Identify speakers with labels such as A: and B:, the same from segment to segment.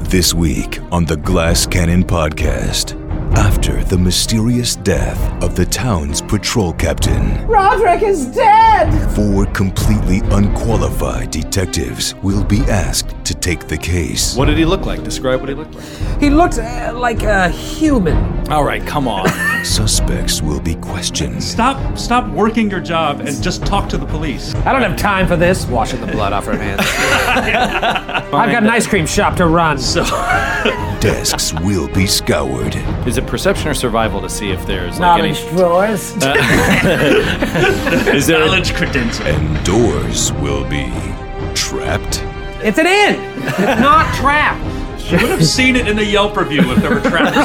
A: This week on the Glass Cannon podcast, after the mysterious death of the town's patrol captain,
B: Roderick is dead!
A: four completely unqualified detectives will be asked to take the case.
C: What did he look like? Describe what he looked like.
B: He looked uh, like a human.
C: All right, come on.
A: Suspects will be questioned,
D: Stop stop working your job and just talk to the police.
B: I don't have time for this. Washing the blood off her hands. I've got an ice cream shop to run.
A: desks will be scoured,
C: Is it perception or survival to see if there's like
B: Knowledge
C: any?
B: drawers.
C: Is there?
D: Knowledge credential.
A: and doors will be trapped.
B: it's an inn. It's not trapped.
D: Would have seen it in the Yelp review if there were traps.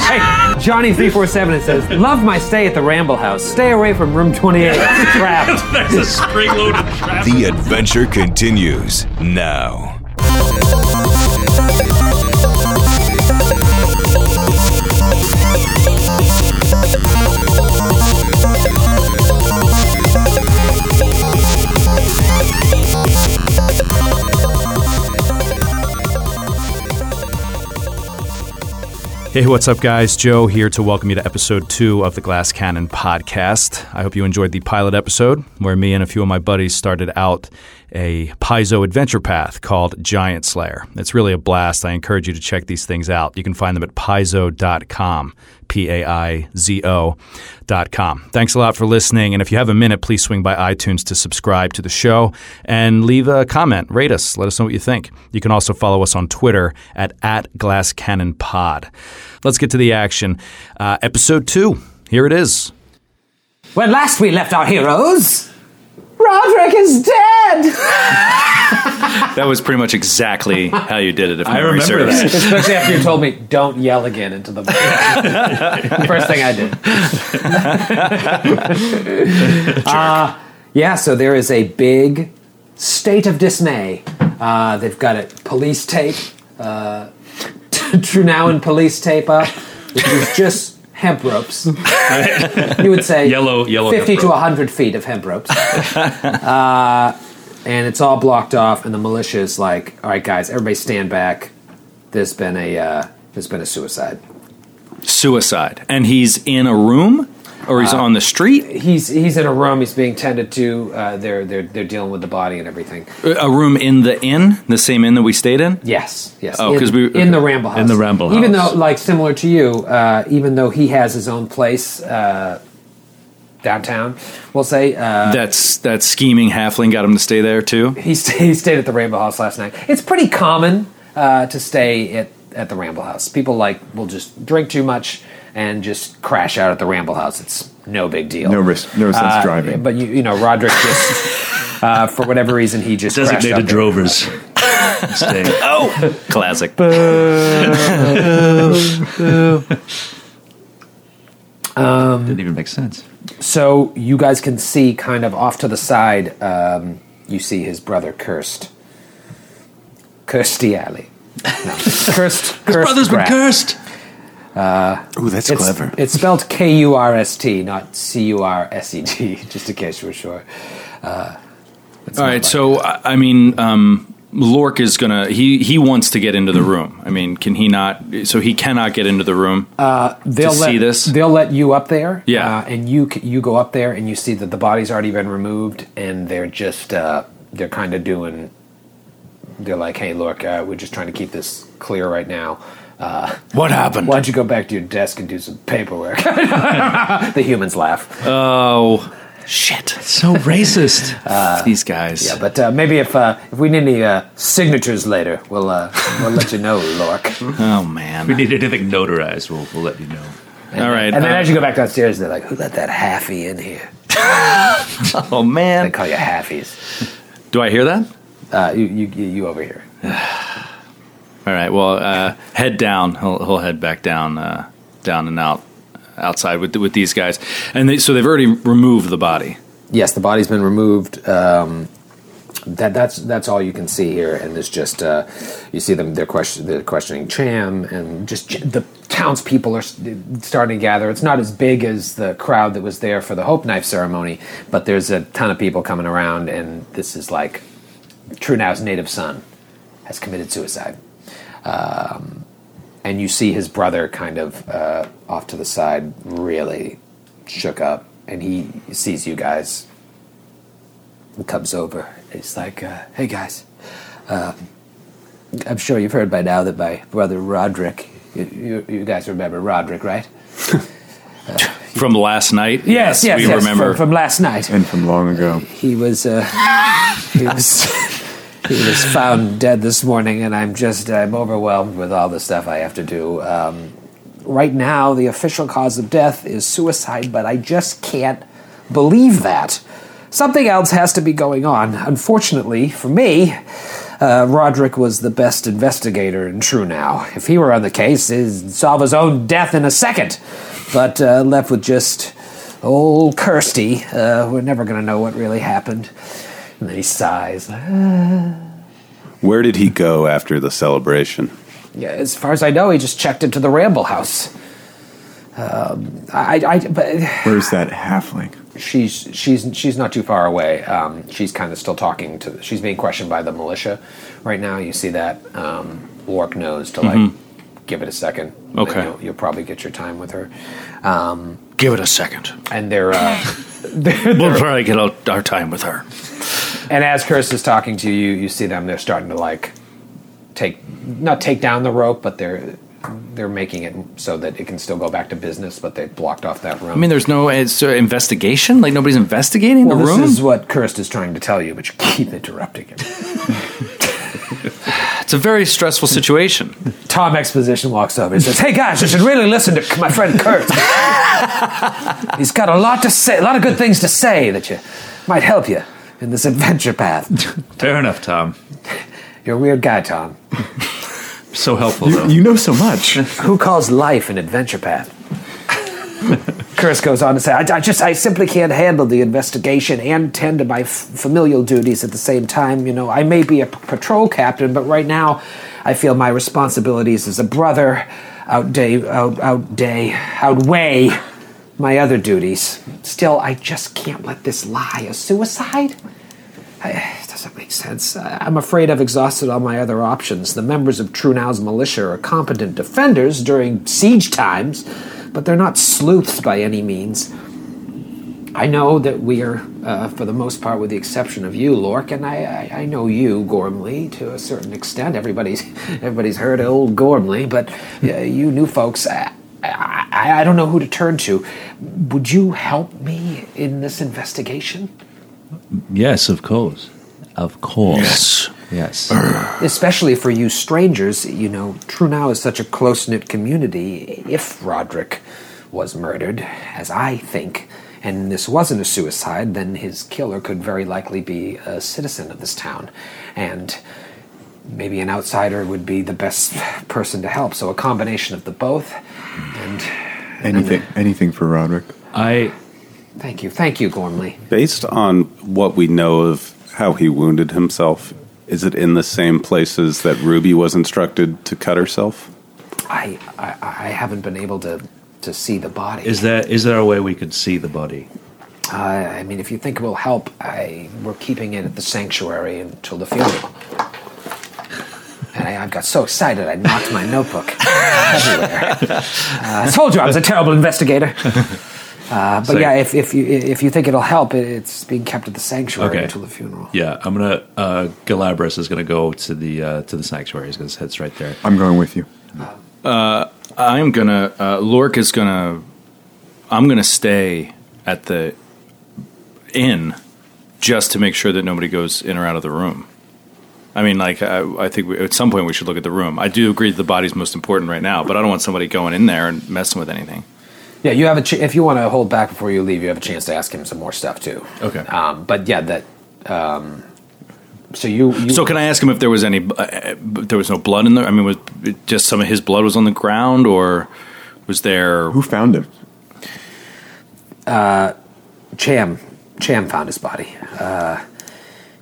B: Hey, Johnny three four seven. It says, "Love my stay at the Ramble House. Stay away from room twenty eight. Trapped."
D: There's a spring loaded trap.
A: The adventure continues now.
E: Hey, what's up, guys? Joe here to welcome you to episode two of the Glass Cannon podcast. I hope you enjoyed the pilot episode where me and a few of my buddies started out a piezo adventure path called Giant Slayer. It's really a blast. I encourage you to check these things out. You can find them at piezo.com, P A I Z O.com. Thanks a lot for listening. And if you have a minute, please swing by iTunes to subscribe to the show and leave a comment. Rate us. Let us know what you think. You can also follow us on Twitter at, at GlassCannonPod. Let's get to the action. Uh, episode two. Here it is.
B: When last we left our heroes, Roderick is dead.
C: That was pretty much exactly how you did it. If I
E: remember
C: serves.
B: Especially after you told me, "Don't yell again into the mic." First thing I did. Uh, Yeah, so there is a big state of dismay. Uh, they've got it police tape, uh, Trunowan police tape up, which is just hemp ropes. you would say
D: Yellow- yellow hemp
B: 50 to
D: rope.
B: 100 feet of hemp ropes. uh, and it's all blocked off, and the militia is like, all right, guys, everybody stand back. There's been a, uh, there's been a suicide.
C: Suicide, and he's in a room, or he's on the street.
B: He's, he's in a room, he's being tended to, uh, they're, they're, they're dealing with the body and everything.
C: A room in the inn, the same inn that we stayed in.
B: Yes, yes.
C: Oh,
B: In-
C: 'cause we-
B: in the Ramble House.
C: In the Ramble
B: Even
C: House.
B: though, like, similar to you, uh, even though he has his own place uh, downtown, we'll say uh,
C: That's that scheming halfling got him to stay there too.
B: he, st- he stayed at the Ramble House last night. It's pretty common uh, to stay at at the Ramble House. People like will just drink too much and just crash out at the Ramble House. It's no big deal.
F: No risk- no sense
B: Uh,
F: driving.
B: But you, you know, Roderick just. Uh, for whatever reason, he just crashed out
G: designated
B: there.
G: drovers. Stay.
C: Oh, classic.
G: Didn't even make sense.
B: So you guys can see kind of off to the side, um, you see his brother cursed. Kirsty Alley. No. Cursed. His
G: Brothers were cursed.
F: Ooh, that's
B: It's,
F: clever.
B: it's spelled K U R S T, not C U R S E D, just in case you were sure. Uh,
C: All right, so I I mean, um, Lork is gonna. He he wants to get into the room. I mean, can he not? So he cannot get into the room.
B: They'll
C: To
B: let,
C: see this?
B: They'll let you up there.
C: Yeah.
B: uh, and you c- you go up there and you see that the body's already been removed, and they're just uh, they're kind of doing. They're like, hey, look, uh, we're just trying to keep this clear right now. Uh,
C: what happened?
B: Why don't you go back to your desk and do some paperwork? the humans laugh.
C: Oh,
G: So racist.
C: these guys.
B: Yeah, but uh, maybe if uh, if we need any uh, signatures later, we'll uh, we'll let you know, Lork.
C: oh
G: If
C: man.
G: you need anything notarized, we'll, we'll let you know.
C: All right.
B: And then
C: uh,
B: as you go back downstairs, they're like, "Who let that halfie in here?"
C: oh
B: They
C: man.
B: call you halfies.
C: Do I hear that?
B: Uh, you, you you you over here.
C: All right. Well, uh, head down. He'll, he'll head back down, uh, down and out, outside with with these guys. And they, so they've already removed the body.
B: Yes, the body's been removed. Um, that that's that's all you can see here, and there's just uh, you see them. They're, question, they're questioning Cham, and just j- the townspeople are s- starting to gather. It's not as big as the crowd that was there for the Hope Knife ceremony, but there's a ton of people coming around, and this is like Trunau's native son has committed suicide. Um, and you see his brother kind of uh, off to the side, really shook up, and he sees you guys. and Comes over. He's like, uh, "Hey guys, um, I'm sure you've heard by now that my brother Roderick. You, you, you guys remember Roderick, right?
C: From last night?
B: yes,
C: we
B: yes,
C: remember.
B: from, from last night.
H: and from long ago.
B: He was uh, he was he was found dead this morning, and I'm just I'm overwhelmed with all the stuff I have to do. Um, right now, the official cause of death is suicide, but I just can't believe that. Something else has to be going on. Unfortunately for me, uh, Roderick was the best investigator in True Now. If he were on the case, he'd solve his own death in a second. But uh, left with just old Kirsty, uh, we're never going to know what really happened. And then he sighs. Uh,
H: Where did he go after the celebration?
B: Yeah, as far as I know, he just checked into the Ramble House. Um, I, I, I- but
H: Where's that halfling?
B: she's she's she's not too far away. Um, she's kind of still talking to. She's being questioned by the militia right now. You see that um, Lork knows to like give it a second. Then
C: Mm-hmm. Okay.
B: you'll, you'll probably get your time with her. Um,
C: Give it a second.
B: and they're. Uh,
C: We'll probably get out our time with her.
B: And as Chris is talking to you, you see them. They're starting to like take not take down the rope, but they're they're making it so that it can still go back to business. But they blocked off that room.
C: I mean, there's no it's, uh, investigation. Like nobody's investigating
B: well,
C: the
B: this
C: room.
B: is what Kirst is trying to tell you, but you keep interrupting him.
C: it's a very stressful situation.
B: Tom Exposition walks over and says, "Hey guys, you should really listen to my friend Kurt. He's got a lot to say, a lot of good things to say that you might help you in this adventure path.
G: Fair enough, Tom.
B: You're a weird guy, Tom.
G: So helpful though.
H: You know so much.
B: Who calls life an adventure path? Curse goes on to say, I, I just, I simply can't handle the investigation and tend to my f- familial duties at the same time. You know, I may be a p- patrol captain, but right now I feel my responsibilities as a brother outday, out, outday, outweigh my other duties. Still, I just can't let this lie. A suicide? It doesn't make sense. I- I'm afraid I've exhausted all my other options. The members of True Now's militia are competent defenders during siege times, but they're not sleuths by any means. I know that we are, uh, for the most part, with the exception of you, Lork, and I, I, I know you, Gormley, to a certain extent. Everybody's, everybody's heard of old Gormley, but uh, you new folks, I, I, I don't know who to turn to. Would you help me in this investigation?
G: Yes, of course. Of course. Yes.
B: especially for you strangers, you know, True Now is such a close knit community. If Roderick was murdered, as I think, and this wasn't a suicide, then his killer could very likely be a citizen of this town. And maybe an outsider would be the best person to help. So a combination of the both. And
H: Anything, anything for Roderick.
G: I
B: thank you. Thank you, Gormley.
H: Based on what we know of how he wounded himself, is it in the same places that Ruby was instructed to cut herself?
B: I, I, I haven't been able to, to see the body.
G: is there is there a way we could see the body?
B: I, I mean, if you think it will help, I we're keeping it at the sanctuary until the funeral. And I, I got so excited, I knocked my notebook everywhere. Uh, I told you I was a terrible investigator. Uh, but
G: So-
B: yeah, if, if you if you think it'll help, it, it's being kept at the sanctuary
G: Okay.
B: until the funeral.
G: Yeah, I'm gonna uh Galabras is gonna go to the uh to the sanctuary. He's gonna his head's right there.
H: I'm going with you.
C: I'm gonna. Uh, Lork is gonna. I'm gonna stay at the inn just to make sure that nobody goes in or out of the room. I mean, like, I, I think we, at some point we should look at the room. I do agree that the body's most important right now, but I don't want somebody going in there and messing with anything.
B: Yeah, you have a ch- if you want to hold back before you leave, you have a chance to ask him some more stuff too.
C: Okay.
B: Um, but yeah, that. Um, so you, you
C: So, can I ask him if there was any? Uh, uh, there was no blood in there. I mean, was it just some of his blood was on the ground, or was there?
H: Who found him?
B: Cham, Cham found his body uh,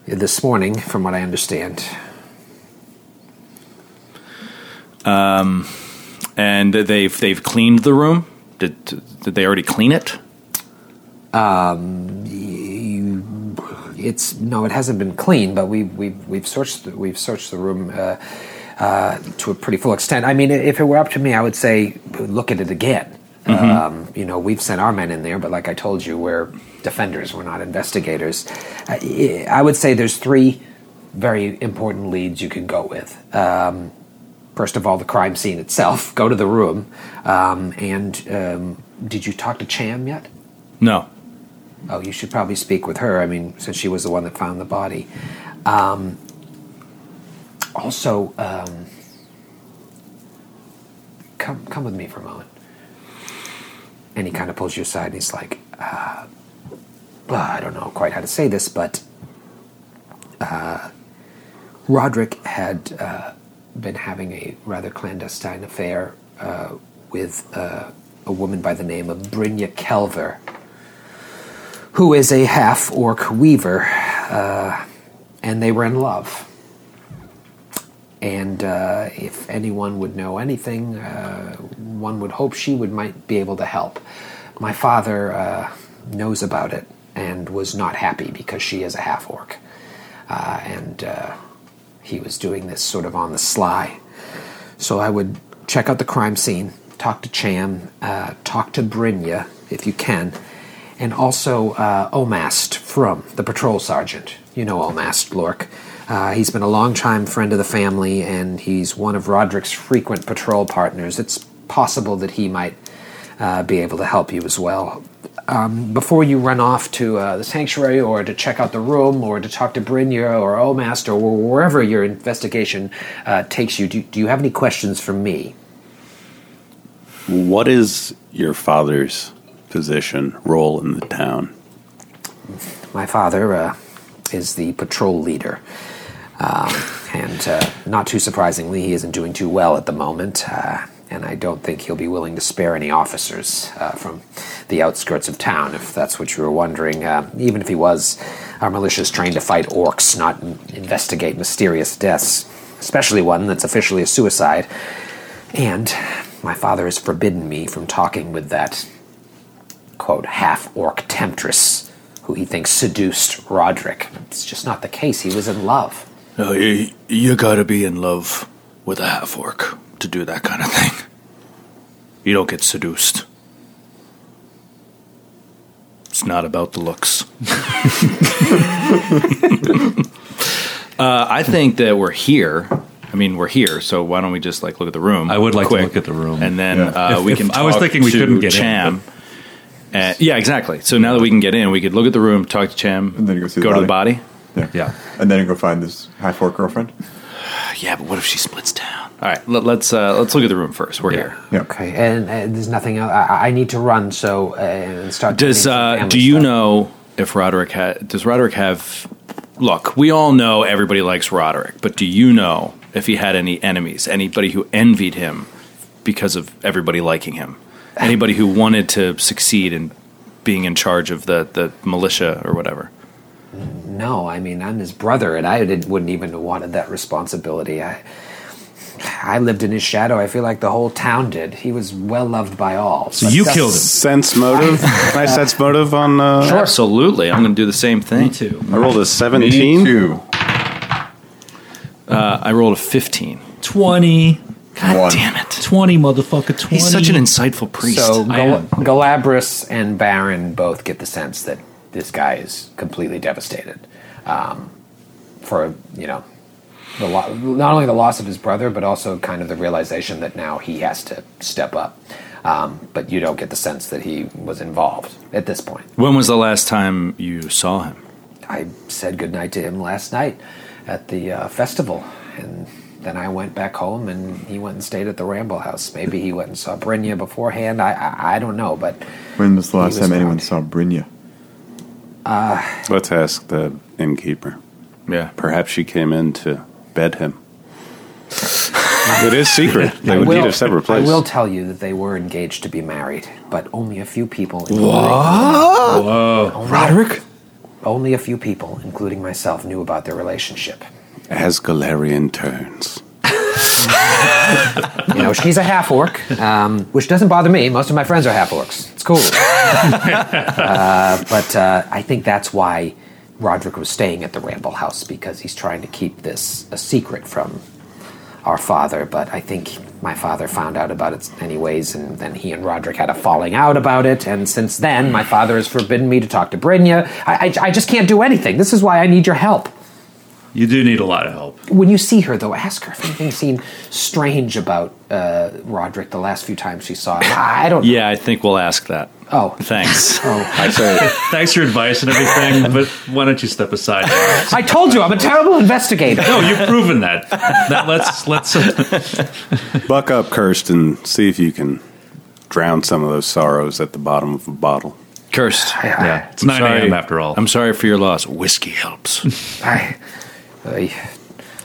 B: this morning, from what I understand.
C: And they've they've cleaned the room. Did did they already clean it?
B: It's no, it hasn't been clean, but we, we we've searched the, we've searched the room. Uh, uh, to a pretty full extent. I mean, if it were up to me, I would say look at it again. Um, you know, we've sent our men in there, but like I told you, we're defenders, we're not investigators. I, I would say there's three very important leads you could go with. Um, first of all, the crime scene itself. Go to the room. Um, and um, did you talk to Cham yet?
C: No.
B: Oh, you should probably speak with her. I mean, since she was the one that found the body. Um, also, um, come come with me for a moment. And he kind of pulls you aside, and he's like, uh, "Well, I don't know quite how to say this, but uh, Roderick had uh, been having a rather clandestine affair uh, with uh, a woman by the name of Brynja Kelver." who is a half orc weaver, uh, and they were in love. And uh, if anyone would know anything, uh, one would hope she would might be able to help. My father uh, knows about it and was not happy because she is a half orc, uh, and uh, he was doing this sort of on the sly. So I would check out the crime scene, talk to Cham, uh, talk to Brynja if you can, and also uh, Omast from the patrol sergeant. You know Omast, Lork. Uh, he's been a longtime friend of the family, and he's one of Roderick's frequent patrol partners. It's possible that he might uh, be able to help you as well. Um, before you run off to uh, the sanctuary or to check out the room or to talk to Brynja or Omast or wherever your investigation uh, takes you, do, do you have any questions for me?
H: What is your father's position, role in the town?
B: My father uh, is the patrol leader. Um, and uh, not too surprisingly, he isn't doing too well at the moment. Uh, and I don't think he'll be willing to spare any officers uh, from the outskirts of town, if that's what you were wondering. Uh, even if he was, our militia is trained to fight orcs, not in- investigate mysterious deaths, especially one that's officially a suicide. And my father has forbidden me from talking with that quote, half orc temptress who he thinks seduced Roderick. It's just not the case. He was in love.
C: No, you, you gotta be in love with a half orc to do that kind of thing. You don't get seduced. It's not about the looks. uh, I think that we're here. I mean, we're here, so why don't we just like look at the room?
G: I would like to
C: quick,
G: look at the room.
C: and then
G: Yeah.
C: uh,
G: If-
C: we
G: if-
C: can.
G: I was
C: talk
G: thinking we
C: to
G: couldn't get in,
C: Cham. Uh, yeah, exactly. So now that we can get in, we could look at the room, talk to Cham,
I: And then go see the
C: to the body.
G: Yeah.
I: and then go find this half orc girlfriend.
C: Yeah, but what if she splits down? All right, let, let's uh, let's look at the room first. We're here.
I: Yeah.
B: Okay, and uh, there's nothing else. I, I- I need to run, so uh, and start.
C: Does
B: doing some
C: uh,
B: family
C: do you
B: stuff.
C: know if Roderick ha- does Roderick have? Look, we all know everybody likes Roderick, but do you know if he had any enemies? Anybody who envied him because of everybody liking him? Anybody who wanted to succeed in being in charge of the, the militia or whatever?
B: No, I mean I'm his brother, and I didn't, wouldn't even have wanted that responsibility. I I lived in his shadow. I feel like the whole town did. He was well loved by all. So
G: you killed him.
H: Sense motive? Can I sense motive on. Uh,
C: Absolutely, I'm going to do the same thing.
H: I rolled a
I: Me
H: 17.
I: too.
C: Uh, I rolled a 15.
G: 20.
C: God
I: One.
C: damn it!
G: 20, motherfucker. 20.
C: He's such an insightful priest.
B: So
G: I
B: Gal-
G: am.
B: Galabras and Baron both get the sense that this guy is completely devastated um, for you know the lo- not only the loss of his brother, but also kind of the realization that now he has to step up. Um, but you don't get the sense that he was involved at this point.
C: when was the last time you saw him?
B: I said goodnight to him last night at the uh, festival, and then I went back home, and he went and stayed at the Ramble House. Maybe he went and saw Brynja beforehand. I I, I don't know, but.
I: When was the
B: was
I: last time anyone
B: found.
I: saw Brynja?
H: Let's ask the innkeeper.
C: Yeah.
H: Perhaps she came in to bed him. it is secret. They
B: I
H: would need
B: will-
H: a separate
B: I
H: place.
B: will tell you that they were engaged to be married, but only a few people. in-
C: Roderick?
B: Only a few people, including myself, knew about their relationship.
H: As Galarian turns.
B: You know, she's a half orc, um, which doesn't bother me. Most of my friends are half orcs. It's cool. uh, but uh, I think that's why Roderick was staying at the Ramble House because he's trying to keep this a secret from our father, but I think my father found out about it anyways, and then he and Roderick had a falling out about it, and since then, my father has forbidden me to talk to Brynja. I, I, I just can't do anything. This is why I need your help.
G: You do need a lot of help.
B: When you see her, though, ask her if anything's seemed strange about uh, Roderick the last few times she saw him. I I don't.
C: Yeah, I think we'll ask that.
B: Oh,
C: Thanks.
B: oh.
G: Thanks for your advice and everything, but why don't you step aside?
B: I told you I'm a terrible investigator.
G: No, you've proven that. Now let's let's.
H: Buck up, Kirsten. See if you can drown some of those sorrows at the bottom of a bottle.
C: Cursed.
G: yeah, it's
C: I'm
G: nine
C: sorry.
G: a.m. after all.
C: I'm sorry for your loss. Whiskey helps.
B: I, I-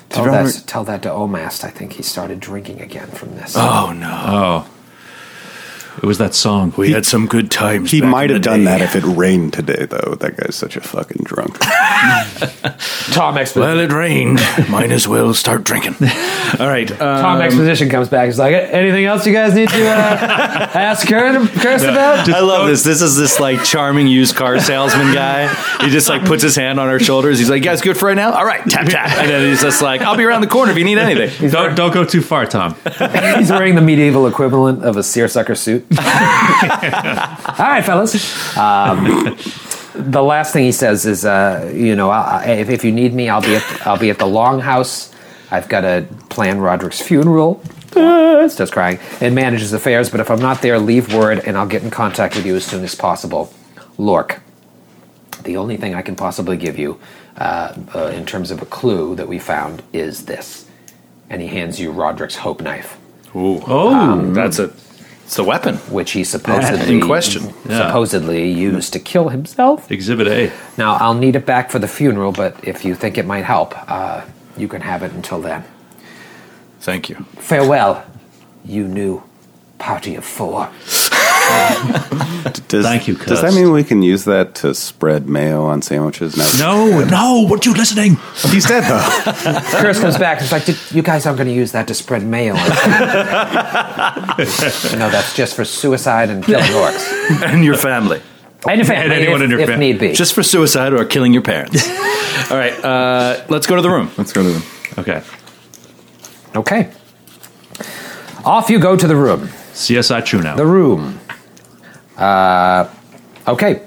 B: tell,
H: you remember-
B: that, tell that to Omast. I think he started drinking again from this.
C: oh no,
G: oh, it was that song.
C: we had some good times.
H: He
C: back
H: might
C: in
H: have
C: the
H: done
C: day.
H: that if it rained today, though. That guy's such a fucking drunk.
B: Tom, expo-
C: Well, it rained. might as well start drinking. All right. Uh,
B: Tom Exposition comes back. He's like, anything else you guys need to uh, ask Curse, curse about?
C: I love this. This is this like charming used car salesman guy. He just like puts his hand on our shoulders. He's like, "You guys good for right now? All right, tap tap." And then he's just like, "I'll be around the corner if you need anything."
B: He's,
G: Don't don't go too far, Tom.
B: wearing, he's wearing the medieval equivalent of a seersucker suit. All right, fellas. Um, the last thing he says is, uh, you know, I, I- if, if you need me, I'll be at I'll be at the Longhouse. I've got to plan Roderick's funeral. Uh, starts crying and manages affairs. But if I'm not there, leave word, and I'll get in contact with you as soon as possible. Lork. The only thing I can possibly give you uh, uh, in terms of a clue that we found is this. And he hands you Roderick's hope knife,
G: Oh,
C: That's a. It's the weapon.
B: which he supposedly
C: in question.
G: Yeah.
B: supposedly used to kill himself.
G: Exhibit A.
B: Now I'll need it back for the funeral, but if you think it might help, uh, you can have it until then.
C: Thank you.
B: Farewell, you new party of four.
H: Does,
G: Thank you,
H: Does that
G: Kirst.
H: mean we can use that to spread mayo on sandwiches? No.
G: No, no, weren't you listening?
H: He's dead, though.
B: Chris comes back and is like, "Did- "You guys aren't going to use that to spread mail." no, that's just for suicide and killing orcs.
C: And your family.
B: And, if, and
G: anyone
B: if,
G: in your
B: if
G: fam-
B: need be.
C: Just for suicide or killing your parents. All right. Uh, let's go to the room.
I: Let's go to them.
G: Okay.
B: okay. Off you go to the room.
G: CSI True now.
B: The room. Uh, okay.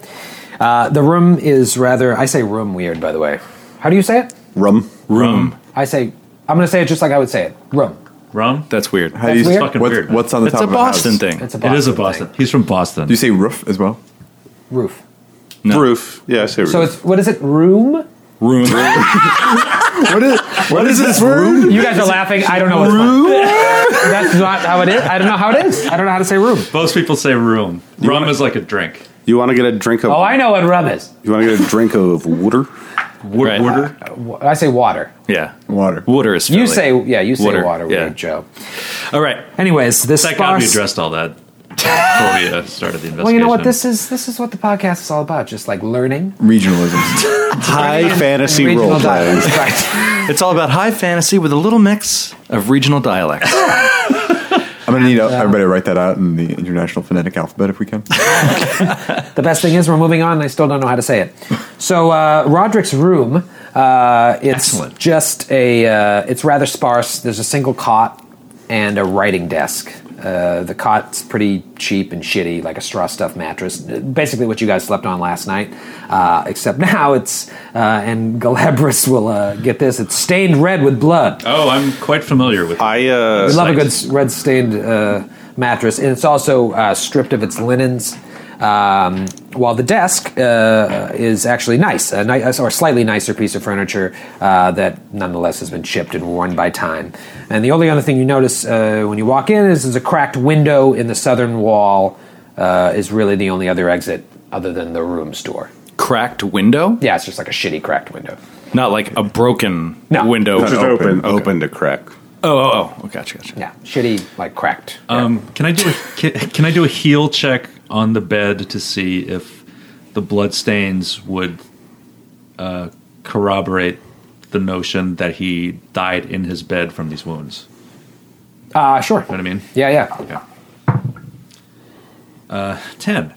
B: Uh, the room is rather. I say room weird, by the way. How do you say it?
H: Rum.
C: Room.
B: I say. I'm going to say it just like I would say it. Room.
G: Rum?
C: That's weird.
I: How do you
B: That's weird.
I: what's,
G: Fucking weird.
I: what's on the
C: It's
I: top
C: a
I: of
C: Boston
I: house?
C: thing.
B: It's a
G: it
B: Boston.
G: is a
B: thing.
G: Boston. He's from Boston.
I: Do you say roof as well?
B: Roof.
H: Roof. Yeah, I say roof.
B: So it's what is it? Room.
C: Room.
I: what is, what is this room?
B: You guys are laughing. I don't know what's room. That's not how it is. I don't know how it is. I don't know how to say room.
G: Most people say room. Rum
H: wanna-
G: is like a drink.
H: you want to get a drink of?
B: Oh, I know what rum is.
H: You want to get a drink of water?
C: Wo-
G: Right.
C: Water.
B: I say water.
C: Yeah.
I: Water.
C: Water is.
B: You
C: Philly.
B: say yeah. You say water,
C: Water,
B: weird,
C: yeah.
B: Joe.
C: All right.
B: Anyways, this
G: That got me
B: sparse.
G: addressed all that before we uh, started the investigation.
B: Well, you know what this is. This is what the podcast is all about. Just like learning.
I: Regionalism.
H: High fantasy
B: Regional
H: role playing.
B: dialects. Right.
C: It's all about high fantasy with a little mix of regional dialects.
I: I'm going to need uh, everybody to write that out in the International Phonetic Alphabet if we can.
B: the best thing is we're moving on. and I still don't know how to say it. So uh, Roderick's room. Uh, it's
G: Excellent.
B: just a. Uh, it's rather sparse. There's a single cot and a writing desk. Uh, the cot's pretty cheap and shitty, like a straw stuffed mattress. Basically, what you guys slept on last night. Uh, except now it's uh, and Galabras will uh, get this. It's stained red with blood.
G: Oh, I'm quite familiar with
H: I uh,
B: We love a
G: Sight.
B: good s- red stained uh, mattress, and it's also uh, stripped of its linens. Um, while the desk uh, is actually nice, a nice or slightly nicer piece of furniture uh, that nonetheless has been chipped and worn by time. And the only other thing you notice uh, when you walk in is there's a cracked window in the southern wall. Uh, is really the only other exit other than the room's door.
C: Cracked window.
B: Yeah, it's just like a shitty cracked window.
C: Not like a broken
B: No.
C: window.
H: just
C: Oh,
H: open, open, to crack.
C: oh, oh. Gotcha, gotcha.
B: Yeah, shitty like cracked.
G: Um, can I do a can, can I do a heel check on the bed to see if the blood stains would uh, corroborate the notion that he died in his bed from these wounds?
B: Uh, sure.
G: You know what I mean?
B: Yeah, yeah.
G: Okay. Uh, ten.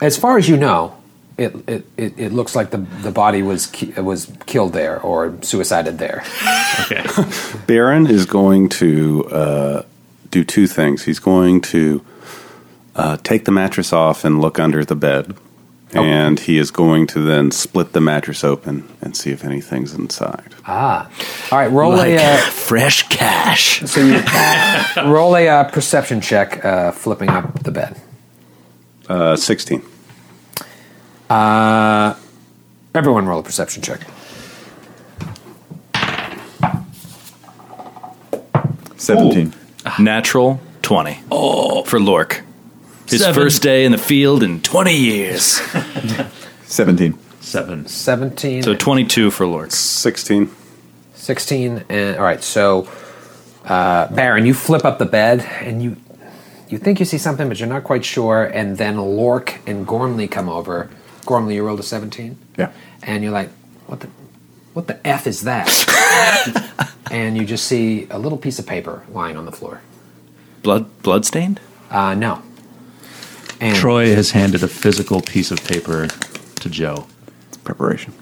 B: As far as you know, it, it, it, it looks like the, the body was ki- was killed there or suicided there.
H: Baron is going to uh, do two things. He's going to uh, take the mattress off and look under the bed, and he is going to then split the mattress open and see if anything's inside.
B: Ah, all right. Roll a uh,
H: fresh cash.
B: so you roll a uh, perception check, uh, flipping up the bed.
H: Uh, Sixteen.
B: Uh, everyone, roll a perception check.
I: Seventeen.
C: Natural 20. Oh. For Lork. His first day in the field in 20 years.
I: Seventeen.
G: Seven.
B: Seventeen.
C: So 22 for Lork.
H: Sixteen.
B: 16 and all right so uh, baron you flip up the bed and you you think you see something but you're not quite sure and then lork and gormley come over gormley you rolled a 17
I: Yeah.
B: and you're like what the what the f is that and you just see a little piece of paper lying on the floor
C: Blood bloodstained?
B: uh, no
C: Mm.
B: and
G: Troy has handed a physical piece of paper to Joe.
I: Preparation.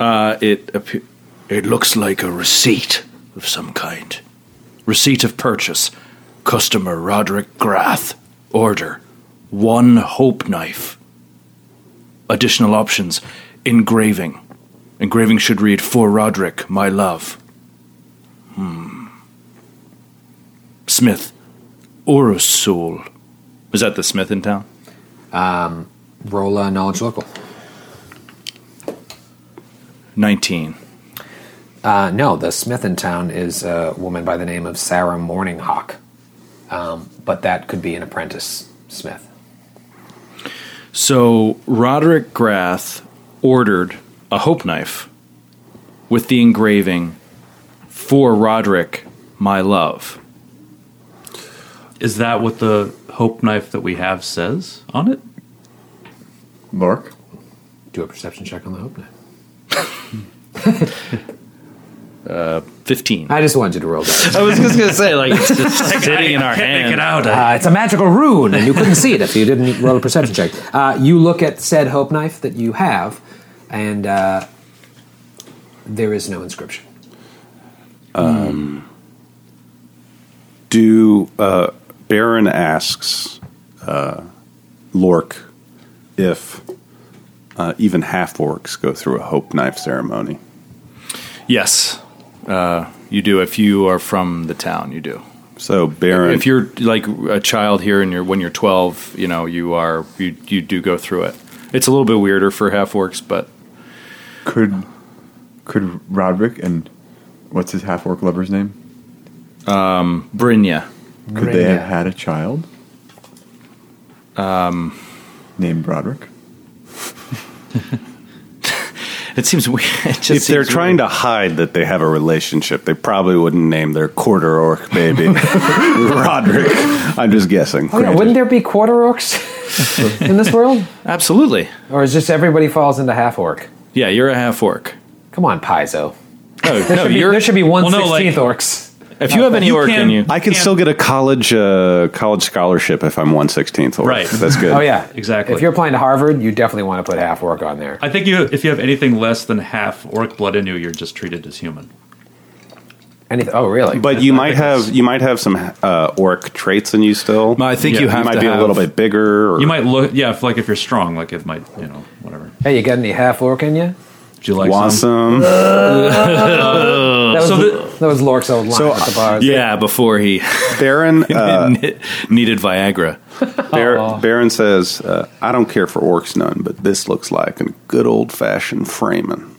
C: Uh, it appear- it looks like a receipt of some kind. Receipt of purchase. Customer Roderick Grath. Order. One hope knife. Additional options. Engraving. Engraving should read For Roderick, my love. Hmm. Smith. Urusul. Is that the Smith in town?
B: roll a knowledge local
C: 19.
B: Uh, no, the Smith in town is a woman by the name of Sarah Morninghawk, um, but that could be an apprentice Smith.
C: So Roderick Grath ordered a hope knife with the engraving for Roderick, my love.
G: Is that what the hope knife that we have says on it?
I: Lork.
B: Do a perception check on the hope knife.
C: 15.
B: I just wanted you to roll that.
C: was just going to say, like, it's just sitting in our hand.
G: out.
B: Uh, it's a magical rune, and you couldn't see it if you didn't roll a perception check. Uh, you look at said hope knife that you have, and uh, there is no inscription.
H: Do uh, Baron asks uh, Lork if uh, even half orcs go through a hope knife ceremony?
C: Yes. Uh, you do. If you are from the town, you do.
H: So Baron,
C: If you're like a child here and you're when you're 12, you know, you are, you, you do go through it. It's a little bit weirder for half orcs, but
I: Could could Roderick and what's his half orc lover's name?
C: Brynja.
I: Could they have
B: Brynja.
I: had a child? Um.
G: Um,
I: Named Roderick.
C: It seems weird. It just
H: if they're
C: seems
H: trying to hide that they have a relationship, they probably wouldn't name their quarter orc baby Roderick. I'm just guessing.
B: Oh, yeah,
H: Granted.
B: wouldn't there be quarter orcs in this world?
C: weird. Absolutely.
B: Or is just everybody falls into half orc?
C: Yeah, you're a half orc.
B: Come on, Paizo.
C: No,
B: There,
C: no,
B: should, be,
C: you're.
B: there should be one
G: Well, no, like-
B: 16th orcs.
C: If you have any orc in
G: can-
C: you,
H: I can still get a college uh, college scholarship if I'm one sixteenth orc.
G: Right.
H: That's good.
B: Oh yeah,
G: Exactly.
B: If you're applying to Harvard, you definitely want to put half work on there.
G: I think you, if you have anything less than half orc blood in you, you're just treated as human.
B: Any- oh, really?
H: But you might have you might have some uh, orc traits in you still.
C: I think
G: Yeah,
C: you
G: you
C: have
H: might
C: to
H: be
C: have,
H: a little bit bigger. Or
G: You might look, yeah, if, like if you're strong, like it might, you know, whatever.
B: hey, you got any half work in you?
G: Do you like
H: want
G: some?
H: some.
B: That was,
G: Uh, so the-
B: that was Lork's old line
H: So,
B: at the bar.
C: Yeah, before he
H: Baron uh,
C: needed Viagra.
H: Bar- Baron says, uh, "I don't care for orcs none, but this looks like a good old fashioned framing."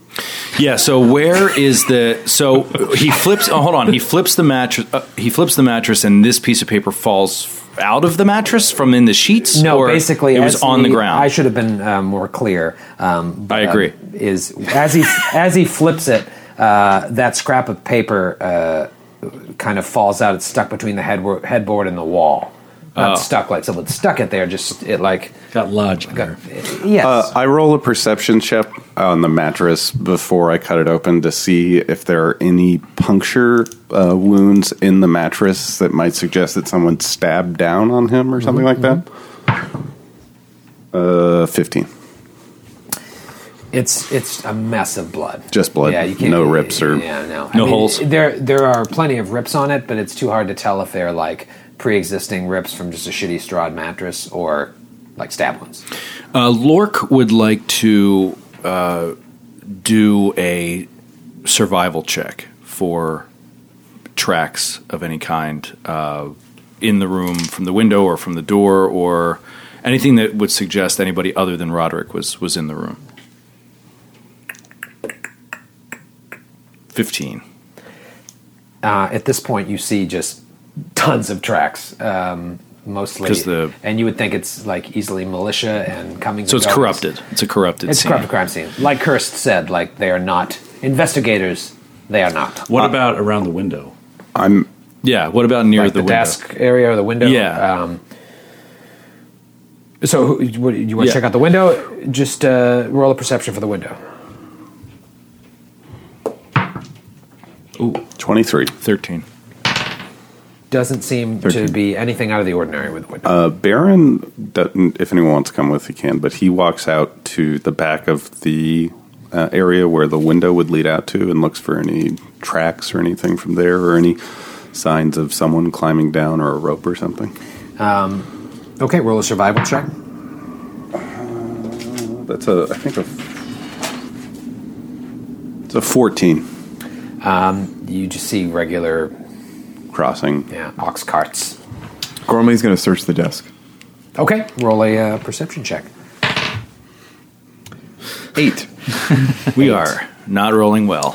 C: Yeah. So where is the? So he flips. Oh, hold on. He flips the mattress. Uh, he flips the mattress, and this piece of paper falls f- out of the mattress from in the sheets.
B: No,
C: Or
B: basically,
C: it was
B: as
C: on the
B: he-
C: ground.
B: I should have been um, more clear. Um,
C: I
B: uh,
C: agree.
B: is as he as he flips it, uh, that scrap of paper uh, kind of falls out. It's stuck between the headboard, headboard and the wall.
C: Oh.
B: Not stuck like someone stuck it there. Just it like
G: Got lodged. in there.
B: yes.
H: Uh, I roll a perception check on the mattress before I cut it open to see if there are any puncture uh, wounds in the mattress that might suggest that someone stabbed down on him or something like that. Uh, 15.
B: It's it's a mess of blood.
H: Just blood.
B: Yeah, you can't,
H: no rips or
B: yeah, no, I
C: No
B: mean,
C: holes?
B: There there are plenty of rips on it, but it's too hard to tell if they're like pre-existing rips from just a shitty strawed mattress or like stab ones.
C: Uh, Lork would like to uh, do a survival check for tracks of any kind uh, in the room from the window or from the door or anything that would suggest anybody other than Roderick was, was in the room. 15.
B: Uh, at this point, you see just tons of tracks. Um, Mostly,
C: 'Cause the-
B: and you would think it's like easily militia and coming.
C: So it's corrupted. It's a corrupted
B: It's a
C: scene.
B: corrupted crime scene. Like Kirst said, like they are not investigators. They are not.
G: What about around the window?
H: I'm
C: Yeah. What about near
B: like the,
C: the, window?
B: desk area or the window.
C: Yeah.
B: Um, so who- what, you want to
C: Yeah.
B: check out the window? Just uh, roll a perception for the window.
H: 23.
C: 13.
B: Doesn't seem to
I: Thirteen.
B: be anything out of the ordinary with the window.
H: Uh, Baron, doesn't, if anyone wants to come with, he can, but he walks out to the back of the uh, area where the window would lead out to and looks for any tracks or anything from there or any signs of someone climbing down or a rope or something.
B: Uh, okay, roll a survival check.
H: That's a, I think, a. It's a 14
B: You just see regular
H: crossing.
B: yeah, ox carts.
I: Gormley's going to search the desk.
B: Okay, roll a uh, perception check.
I: Eight.
C: We are not rolling well.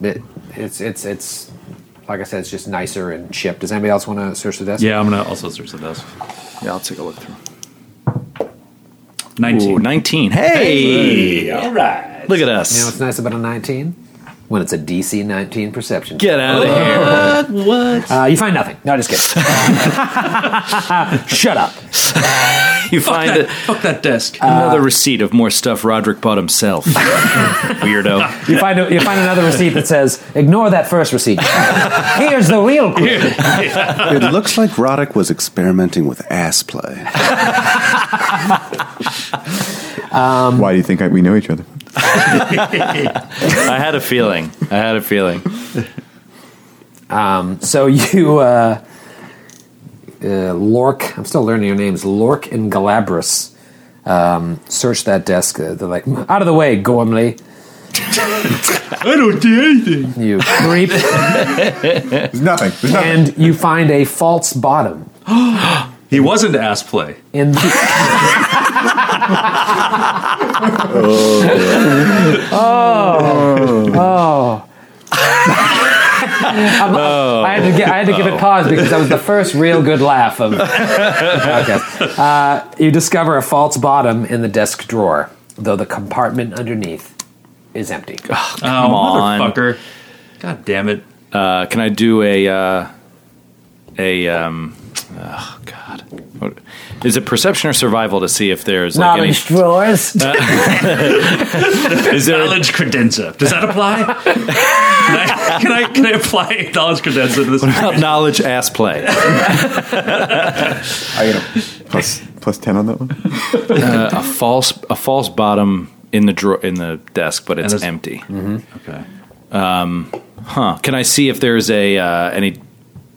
B: It, it's it's it's like I said, it's just nicer and chipped. Does anybody else want to search the desk?
G: Yeah, I'm gonna also search the desk.
C: yeah, I'll take a look through. Ooh,
G: Nineteen.
C: 19. Hey! All right. Look
B: You
C: at
B: know
C: us.
B: what's nice about a 19? When it's a DC 19 perception.
C: Get out of here.
B: Uh, you find nothing. No, just kidding. Shut up.
C: You find a,
G: Fuck that desk.
C: another receipt of more stuff Roderick bought himself. Weirdo.
B: You find, a, you find another receipt that says, ignore that first receipt. Here's the real clue.
H: it looks like Roddick was experimenting with ass play.
I: Why do you think I, we know each other?
C: I had a feeling. I had a feeling.
B: So you, uh, uh, Lork, I'm still learning your names, Lork and Galabras, um, search that desk. Uh, they're like, out of the way, Gormley.
G: I don't do anything.
B: You creep.
I: There's nothing. There's nothing.
B: and you find a false bottom.
G: He was into ass play.
B: In the- oh. Oh. Oh. I had to get, I had to give it pause because that was the first real good laugh of. Okay. Uh, you discover a false bottom in the desk drawer, though the compartment underneath is empty.
G: Oh,
C: on.
G: motherfucker! God damn it!
C: Uh, can I do a. Uh, a. Um, oh, God. What- Is it perception or survival to see if there's like any.
B: Knowledge drawers.
C: Is there a,
G: Knowledge credenza. Does that apply? can, I, can I can I apply knowledge credenza to this?
C: knowledge ass play?
I: I get a plus, plus 10 on that one.
C: A false a false bottom in the drawer in the desk, but it's
G: there's- Mm-hmm.
C: empty. Um,
G: Okay.
C: Huh. Can I see if there's a uh, any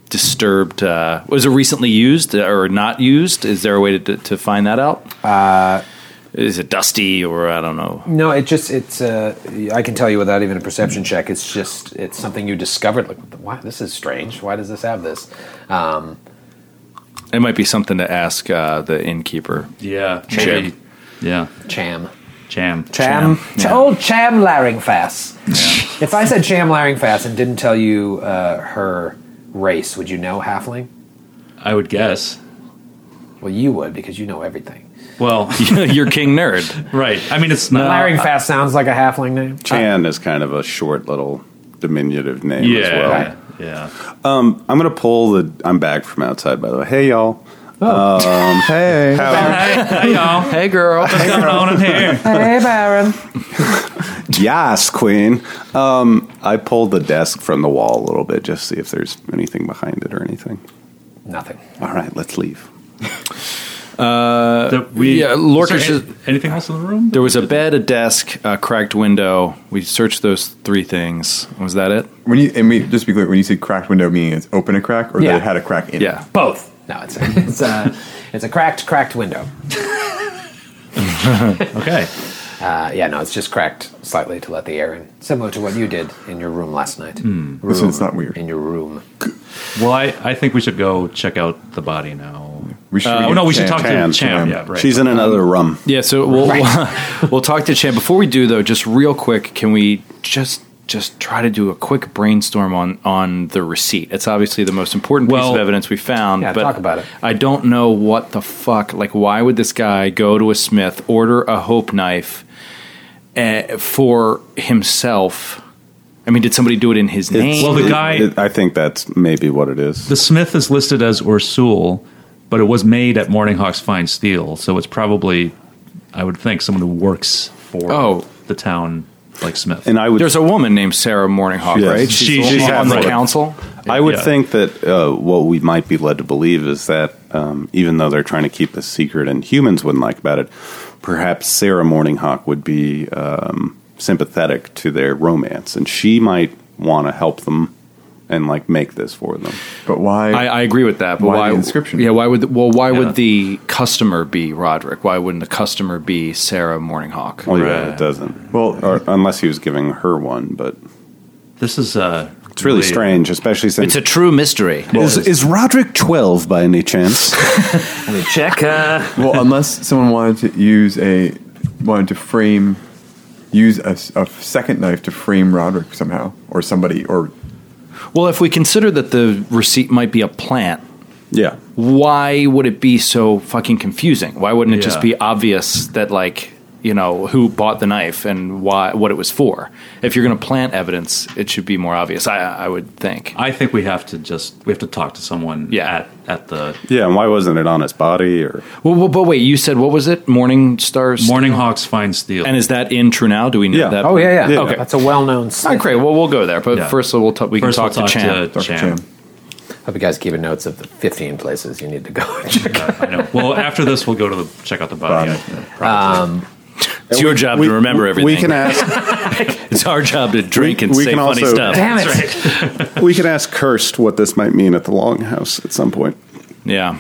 C: disturbed? Uh, was it recently used uh, or not used? Is there a way to to find that out? Uh, Is it dusty or I don't know?
B: No, it just it's. Uh, I can tell you without even a perception check. It's just it's something you discovered. Like, why this is strange. Why does this have this? Um,
C: It might be something to ask uh, the innkeeper.
G: Yeah.
C: Cham.
G: maybe. Yeah.
B: Cham.
G: Cham.
B: Cham. Ch- Old Cham Laringfass. if I said Cham Laringfass and didn't tell you uh, her race, would you know halfling?
G: I would guess.
B: Well, you would because you know everything.
G: Well,
C: You're king nerd.
G: right. I mean, it's
B: Uh,
G: not.
B: Laringfass sounds like a halfling name.
H: Chan is kind of a short little diminutive name
G: Yeah.
H: as well.
G: Yeah.
H: I'm gonna pull the. I'm back from outside, by the way. Hey, y'all. Um,
I: Hey.
G: Hey, hey, y'all. Hey, girl. What's going on in here?
B: Hey, Baron.
H: yes, Queen. Um, I pulled the desk from the wall a little bit just to see if there's anything behind it or anything.
B: Uh, Nothing.
H: All right, let's leave.
C: Uh,
G: The- we-
C: yeah,
G: is
C: Lorkish
G: there
C: is.
G: an- anything else in the room?
C: There was a bed, a desk, a cracked window. We searched those three things. Was that it?
I: When you and we just to be clear, when you say cracked window, meaning it's open a crack or
B: Yeah.
I: that it had a crack in
C: Yeah.
I: it.
B: Both. No, it's a, it's uh, a, it's a cracked, cracked window.
G: Okay.
B: Uh, yeah, no, it's just cracked slightly to let the air in, similar to what you did in your room last night. Room,
I: So it's not weird.
B: In your room.
G: Well, I, I think we should go check out the body now.
I: We should.
G: Uh,
I: get
G: no, we should
I: Chan-
G: talk
H: Chan,
G: to Cham.
H: Chan.
G: Yeah, right.
H: She's in another room.
C: Yeah. So we'll we'll, we'll talk to Chan before we do though. Just real quick, can we just just try to do a quick brainstorm on on the receipt? It's obviously the most important piece
G: Well-
C: of evidence we found.
B: Yeah,
C: but
B: talk about it.
C: I don't know what the fuck. Like, why would this guy go to a smith, order a hope knife uh, for himself? I mean, did somebody do it in his name?
G: Well, the guy-
H: I think that's maybe what it is.
G: the Smith is listed as Orsul, but it was made at Morninghawk's Fine Steel, so it's probably, I would think, someone who works for
C: Oh.
G: the town, like Smith.
H: and I would,
C: There's a woman named Sarah Morninghawk,
H: Yes.
C: right?
G: She-
C: on-
G: she's
C: on the
G: halfway.
C: council.
H: I would
G: yeah.
H: think that uh, what we might be led to believe is that um, even though they're trying to keep this secret and humans wouldn't like about it, perhaps Sarah Morninghawk would be um, sympathetic to their romance, and she might want to help them and like make this for them.
I: But why?
C: I, I agree with that. But why,
I: Why the inscription?
C: Yeah, why would the- well why
G: Yeah.
C: would the customer be Roderick? Why wouldn't the customer be Sarah Morninghawk?
H: Well, Oh, yeah, it doesn't.
I: Well-
H: or, unless he was giving her one, but
G: this is uh,
H: it's really strange, especially
C: It's
H: since
C: a true mystery.
H: is, is Roderick twelve by any chance?
C: check.
I: well, unless someone wanted to use a wanted to frame use a, s- a second knife to frame Roderick somehow or somebody or
C: well, if we consider that the receipt might be a plant,
H: yeah,
C: why would it be so fucking confusing? Why wouldn't it just
G: Yeah.
C: be obvious that like you know who bought the knife and why what it was for? If you're going to plant evidence, it should be more obvious. I, I would think.
G: I think we have to just we have to talk to someone.
C: Yeah.
G: At, at the
H: yeah. And why wasn't it on his body? Or
C: Well, well, but wait, you said what was it? Morning stars.
G: Morninghawk's Fine Steel.
C: And is that in True now? Do we know
H: Yeah.
C: that?
H: Oh,
B: yeah,
H: Yeah.
C: Okay.
B: That's a well-known.
C: All right, great. Well, we'll go there, but
G: Yeah.
C: first we'll t- we
G: First
C: can
G: we'll
C: talk to Chan.
G: to
I: Dr.
G: Chan.
I: Chan.
B: Hope you guys keeping notes of the 15 places you need to go and check out.
G: I know. Well, after this, we'll go to the check out the body.
I: Body.
G: I- probably.
C: It's your job to remember everything.
H: We can ask.
C: it's our job to drink
H: We-
C: and
H: we
C: say
H: can
C: funny
H: also-
C: stuff.
B: Damn it!
H: we can ask Cursed what this might mean at the Longhouse at some point.
C: Yeah.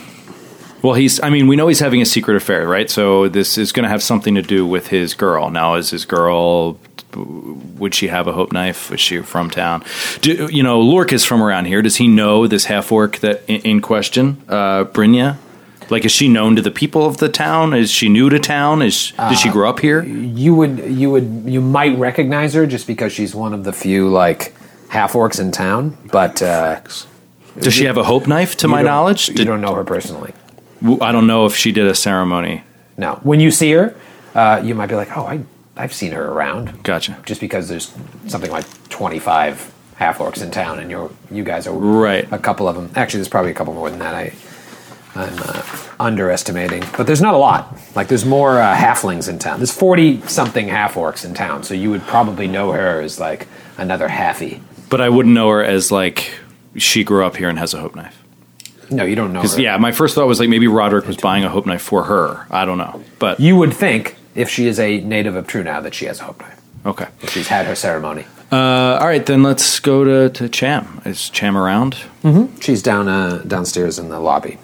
C: Well, he's. I mean, we know he's having a secret affair, right? So this is going to have something to do with his girl. Now, is his girl? Would she have a hope knife? Was she from town? Do, you know, Lork is from around here. Does he know this half orc that in, in question, uh, Brynja? Like, is she known to the people of the town? Is she new to town? Is did
H: Uh,
C: she grow up here?
B: You would, you would, you might recognize her just because she's one of the few like half orcs in town, but uh,
C: Does she have a hope knife? To my
B: you don't-
C: knowledge,
B: you
C: Did-
B: don't know her personally.
C: w- I don't know if she did a ceremony.
B: No, when you see her, uh, you might be like, oh, I, I've seen her around.
C: Gotcha.
B: Just because there's something like 25 half orcs in town, and you're, you guys are
C: Right.
B: a couple of them. Actually, there's probably a couple more than that. I, I'm uh, underestimating, but there's not a lot. Like there's more uh, halflings in town. There's 40 something half orcs in town, so you would probably know her as like another halfie.
C: But I wouldn't know her as like she grew up here and has a hope knife.
B: No, you don't know
C: 'Cause,
B: her.
C: yeah, my first thought was like maybe Roderick was buying a hope knife for her. I don't know, but
B: You would think if she is a native of True now that she has a hope knife.
C: okay.
B: If she's had her ceremony.
C: Uh, all right, then let's go to, to Cham. Is Cham around?
B: She's down uh, downstairs in the lobby.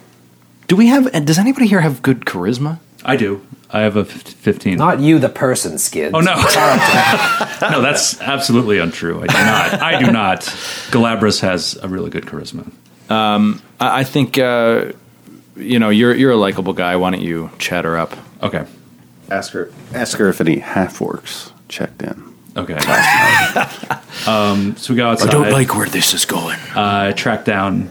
C: Do we have? and Does anybody here have good charisma?
G: I do. I have a fif- fifteen.
B: Not you, the person, Skid.
G: Oh no! no, that's absolutely untrue. I do not. I do not. Galabras has a really good charisma.
C: I, I think uh, you know you're you're a likable guy. Why don't you chat her up?
G: Okay.
H: Ask her. Ask her if any half orcs checked in.
G: Okay. um, so we go outside.
C: where this is going.
G: Uh, track down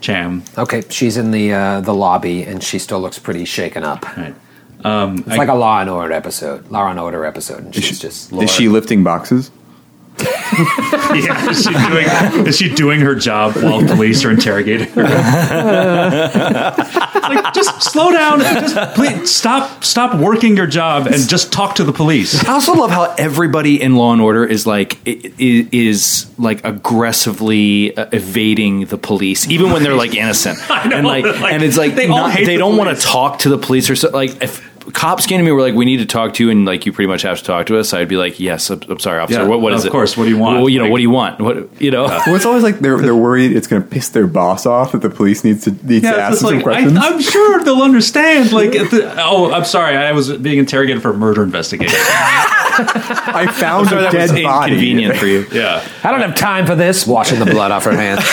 G: Cham.
B: Okay, she's in the uh, the lobby, and she still looks pretty shaken up.
G: All right.
B: It's like a Law and Order episode. Law and Order episode, and she's
I: she-
B: just.
I: is she lifting boxes?
G: yeah, is she, doing, is she doing her job while police are interrogating her?
D: Like, just slow down. Just please stop. Stop working your job and just talk to the police.
C: I also love how everybody in Law and Order is like i- i- is like aggressively uh, evading the police, even when they're like innocent.
D: I know,
C: and like,
D: like,
C: and it's like
D: they
C: they,
D: all hate
C: they
D: the
C: don't want to talk to the police or so. Like if cops came to me and were like, "We need to talk to you," and like you pretty much have to talk to us. I'd be like, "Yes, I'm, I'm sorry, officer.
G: Yeah,
C: what what is
G: of
C: it?
G: course, what do you want?
C: Well, you know,
G: Like-
C: what do you want? What you know?
I: Well, it's always like they're they're worried it's going to piss their boss off that the police needs to needs to
D: Yeah,
I: ask
D: it's just
I: them some
D: like, I,
I: questions.
D: I'm sure they'll understand. Like, at the,
G: oh, I'm sorry. I was being interrogated for a murder investigation.
I: I, found
C: Sorry,
I: a
C: that was
I: dead body.
C: inconvenient for you.
G: Yeah.
B: I don't have time for this. Washing the blood off her hands.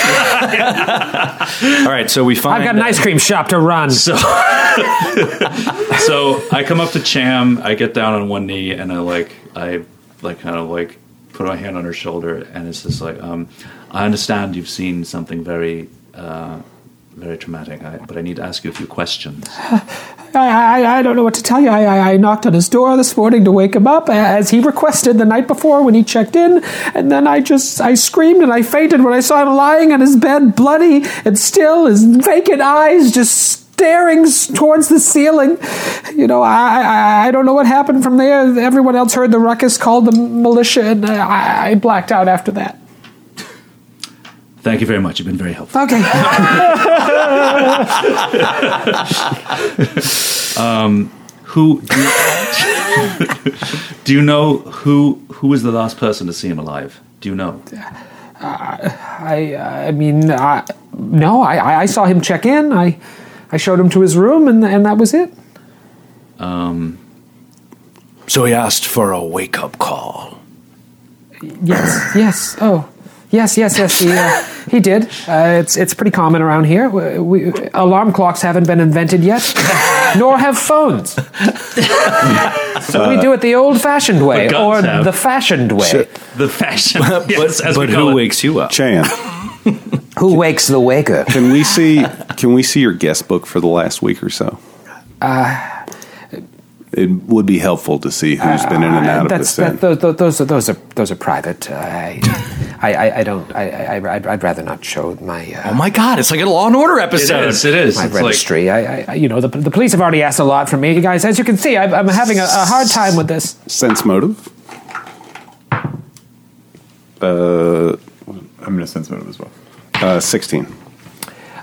C: All right, so we
B: I've
C: find
B: got an ice cream shop to run.
G: So, so I come up to Cham. I get down on one knee and I like I like kind of like put my hand on her shoulder and it's just like um, I understand you've seen something very uh, very traumatic, I, but I need to ask you a few questions.
B: I, I, I don't know what to tell you. I, I, I knocked on his door this morning to wake him up, a- as he requested the night before when he checked in, and then I just I screamed and I fainted when I saw him lying on his bed, bloody and still, his vacant eyes just staring s- towards the ceiling. You know, I, I I don't know what happened from there. Everyone else heard the ruckus, called the militia, and uh, I, I blacked out after that.
G: Thank you very much. You've been very helpful.
B: Okay,
G: Who do you, do you know who who was the last person to see him alive? Do you know?
B: I I mean, I, no, I- I I saw him check in. I I showed him to his room, and and that was it.
C: Um, So he asked for a wake up call.
B: Yes, yes. Oh, yes, yes, yes. He uh, he did. Uh, it's it's pretty common around here. We, we, alarm clocks haven't been invented yet, nor have phones. so we do it the old-fashioned way,
G: But guns
B: or
G: have.
B: the fashioned way.
G: The fashion.
C: But,
G: yes, as we
C: but
G: call
C: who
G: it.
C: wakes you up?
H: Chan,
B: Who wakes the waker?
H: can we see can we see your guest book for the last week or so? Uh, it would be helpful to see who's been in and out of
B: Uh, That's
H: this.
B: that, those,
H: end.
B: those are those are those are private. uh, I I, I, I don't. I, I I'd, I'd rather not show my. Uh,
C: Oh my god, it's like a Law and Order
G: It
C: episode.
G: is. It is.
B: my
G: It's like-
B: registry. I, I- I, you know, the, the police have already asked a lot from me, you guys. As you can see, I'm, I'm having a, a hard time with this.
H: Sense motive.
I: I'm going to sense motive as well.
H: Uh, Sixteen.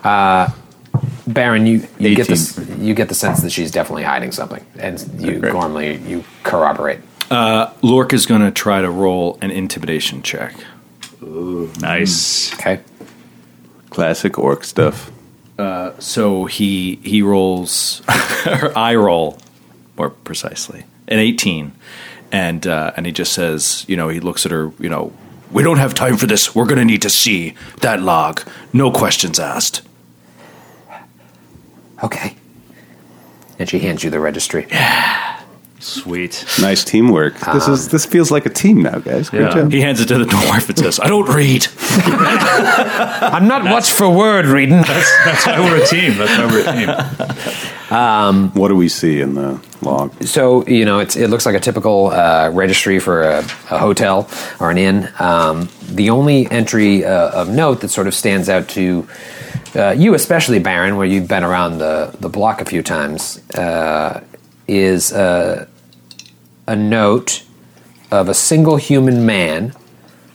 B: Baron, you, you get
I: 18.
B: this. You get the sense that she's definitely hiding something, and you
I: Great.
B: normally you corroborate.
C: Lork is going to try to roll an intimidation check.
G: Nice.
B: Okay,
H: Classic orc stuff.
C: So he he rolls, or I roll, more precisely, an eighteen, and uh, and he just says, you know, he looks at her, you know, we don't have time for this. We're going to need to see that log. No questions asked.
B: okay. And she hands you the registry.
G: Sweet.
H: Nice teamwork. this is this feels like a team now, guys. Great
G: Yeah.
H: job.
C: He hands it to the dwarf and says, I don't read.
B: I'm not watch for word reading.
G: That's why we're a team. That's why we're a team.
H: What do we see in the log?
B: So you know, it's, it looks like a typical uh, registry for a, a hotel or an inn. Um, the only entry uh, of note that sort of stands out to uh, you, especially Baron, where you've been around the, the block a few times, uh, is uh, a note of a single human man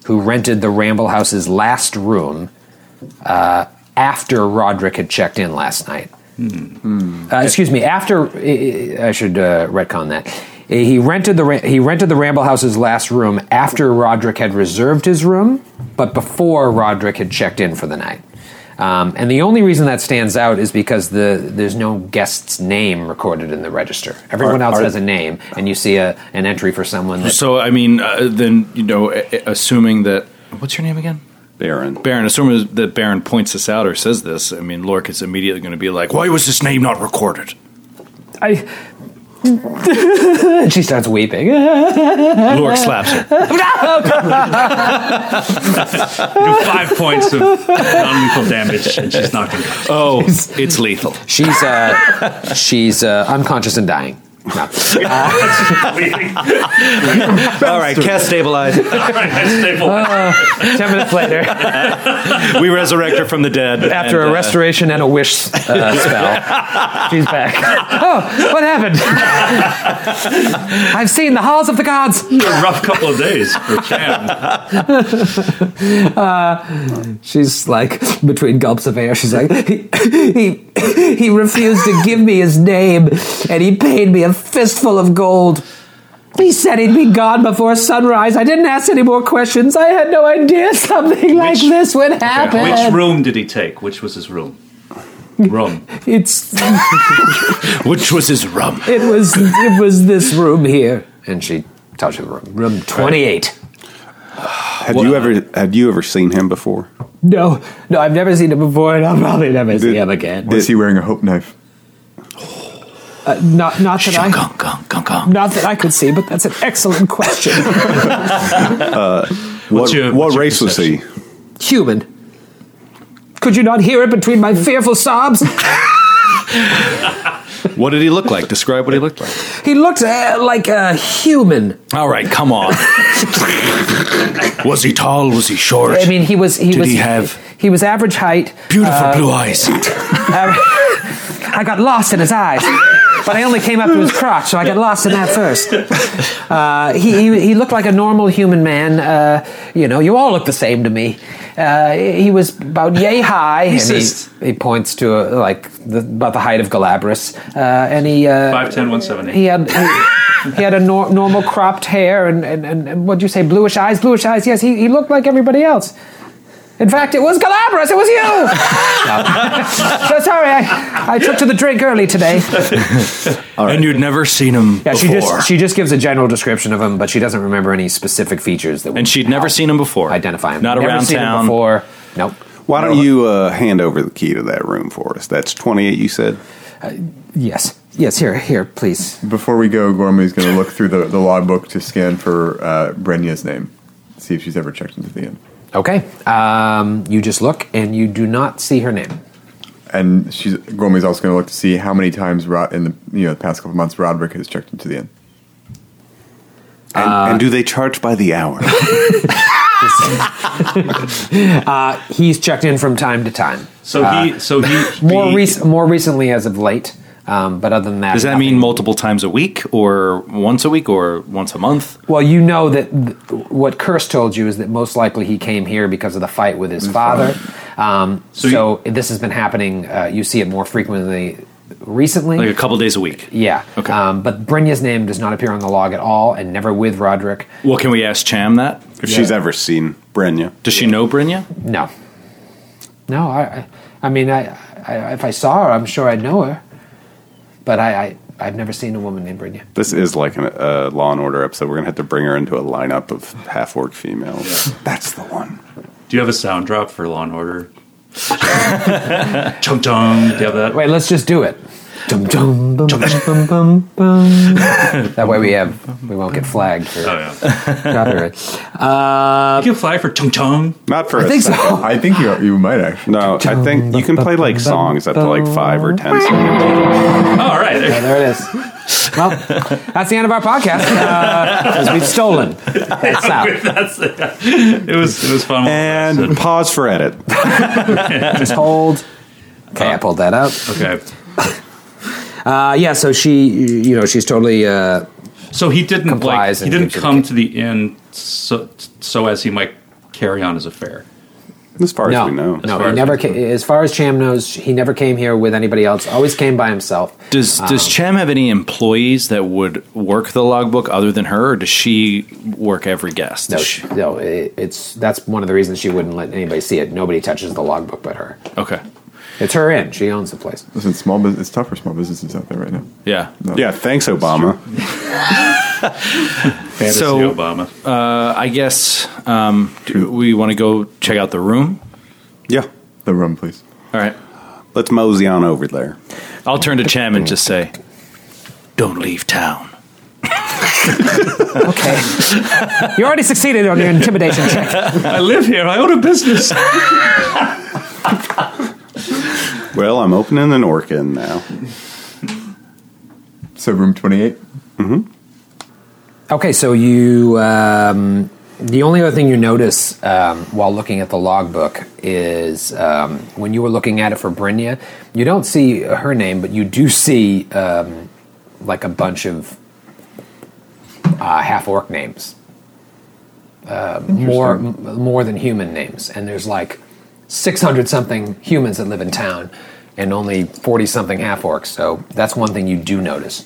B: who rented the Ramble House's last room uh, after Roderick had checked in last night.
H: Hmm.
B: Uh, excuse me. After I I should uh, retcon that he rented the ra- he rented the Ramble House's last room after Roderick had reserved his room, but before Roderick had checked in for the night. Um, and the only reason that stands out is because the there's no guest's name recorded in the register. Everyone
H: Are-
B: else
H: are-
B: has a name, and you see a, an entry for someone. That,
C: So I mean, uh, then you know, a- a- assuming that what's your name again?
H: Baron.
C: Baron, assuming that Baron points this out or says this, I mean, Lork is immediately going to be like, "Why was this name not recorded?"
B: I, and she starts weeping.
C: Lork slaps her.
G: do five points of non-lethal damage, and she's not going to.
C: Oh, it's lethal.
B: She's uh, she's uh, unconscious and dying. No.
J: All right, cast stabilized.
B: Ten minutes later,
J: we resurrect her from the dead.
B: after
J: and,
B: a
J: uh,
B: restoration and a wish uh, spell, she's back. Oh, what happened? I've seen the halls of the gods.
G: a rough couple of days for Cam.
B: Uh, she's like between gulps of air. She's like, he, he he refused to give me his name, and he paid me a fistful of gold. He said he'd be gone before sunrise. I didn't ask any more questions. I had no idea something like this would happen.
G: Which room did he take? Which was his room? Room.
B: It's
J: which was his room.
B: It was it was this room here, and she tells you the room. Room twenty eight.
H: Had you ever had you ever seen him before?
B: No, no, I've never seen him before, and I'll probably never see him again.
I: Was he wearing a hope knife?
B: Uh, not not that I not that I could see, but that's an excellent question.
H: Uh, what
B: your-
H: what race was he?
B: Human. Could you not hear it between my fearful sobs?
C: What did he look like? Describe what he looked like.
B: He looked uh, like a human.
C: All right, come on. was he tall? Was he short?
B: I mean, he was he
C: Did
B: was
C: he have-
B: he was average height,
C: beautiful
B: uh,
C: blue eyes.
B: Uh, I got lost in his eyes, but I only came up to his crotch, so I got lost in that first. Uh, he, he, he looked like a normal human man. Uh, you know, you all look the same to me. Uh, he was about yay high,
G: Racist.
B: and he, he points to uh like the, about the height of Galabras, uh, and he uh,
G: 5'10", 170.
B: He had. He, he had a nor- normal cropped hair and, and, and, and what'd you say, bluish eyes? Bluish eyes, yes, he, he looked like everybody else. In fact, it was Galabras, it was you! so sorry, I, I took to the drink early today.
C: And you'd never seen him
B: Yeah, she
C: before.
B: just she just gives a general description of him, but she doesn't remember any specific features that.
C: and she'd never seen him before. Identify him. Not
B: Never
C: around
B: seen him
C: town.
B: before. Nope.
H: Why don't you uh, hand over the key to that room for us? That's twenty eight. You said.
B: Yes. Yes, here, here, please.
I: Before we go, Gormley's going to look through the, the logbook to scan for uh, Brenya's name, see if she's ever checked into the inn.
B: Okay. Um, you just look, and you do not see her name.
I: And she's Gormley's also going to look to see how many times Rod, in the you know the past couple months Roderick has checked into the inn.
H: And, and do they charge by the hour?
B: uh, he's checked in from time to time.
C: So he-
B: Uh,
C: so he-
B: more
C: he-
B: rec- more recently as of late, um, but other than that,
C: Does that
B: nothing.
C: mean multiple times a week, or once a week, or once a month?
B: Well, you know that th- what Curse told you is that most likely he came here because of the fight with his
C: His
B: father. Um, so this has been happening. Uh, you see it more frequently recently.
C: Like a couple days a week.
B: yeah. Okay. Um, but Brynja's name does not appear on the log at all, and never with Roderick.
C: Well, can we ask Cham that?
B: If she's
H: ever seen Brenya.
C: Does she know Brenya?
B: No. No, I, I- I mean, I, I, if I saw her, I'm sure I'd know her. But I, I, I've never seen a woman named Brynya.
H: This is like a uh, Law and Order episode. We're gonna have to bring her into a lineup of half orc females. That's the one.
G: Do you have a sound drop for Law and Order? Chum chum. Do you have that?
B: Wait, let's just do it. Dum, dum, bum, bum, bum, bum, bum. that way we have we won't get flagged for copyright. Uh,
G: Oh, you can fly for Tung Tung.
H: Not for
B: I
H: a
B: think so.
H: second.
I: I think you you might actually.
H: No, I think you can play like songs up to like five or ten seconds.
G: All right,
B: Yeah, there it is. Well, that's the end of our podcast. Uh, 'cause we've stolen. That's out.
G: That's it. Was it was fun.
H: And pause for edit.
B: Just hold. Okay, I pulled that up.
G: Okay.
B: Uh, yeah, so she, you know, she's totally. Uh,
G: so he didn't like
B: complies
G: he
B: and
G: didn't
B: gives you
G: come to the inn so so as he might carry on his affair.
H: As far
B: no,
G: As
B: no,
G: far
B: he
G: as-
B: never. Came, as far as Cham knows, he never came here with anybody else. Always came by himself.
C: Does Does
H: Um,
C: Cham have any employees that would work the logbook other than her, or does she work every guest?
B: No, she, no, it, it's that's one of the reasons she wouldn't let anybody see it. Nobody touches the logbook but her.
C: Okay.
B: It's her in. She owns the place.
I: Listen, small bus it's tough for small businesses out there right now.
C: Yeah.
H: Yeah. Thanks, Obama.
C: so
G: Obama.
C: Uh, I guess um, do we want to go check out the room.
H: Yeah.
I: The room, please.
C: All right.
H: Let's mosey on over there.
C: I'll turn to Cham and just say, "Don't leave town."
B: Okay. you already succeeded on your intimidation check.
G: I live here. I own a business.
H: Well, I'm opening an orc in now.
I: So room twenty eight.
H: Mm-hmm.
B: Okay, so you. Um, the only other thing you notice um, while looking at the logbook is um, when you were looking at it for Brynja, you don't see her name, but you do see um, like a bunch of uh, half orc names, uh, more m- more than human names, and there's like six hundred something humans that live in town, and only forty something half orcs. So that's one thing you do notice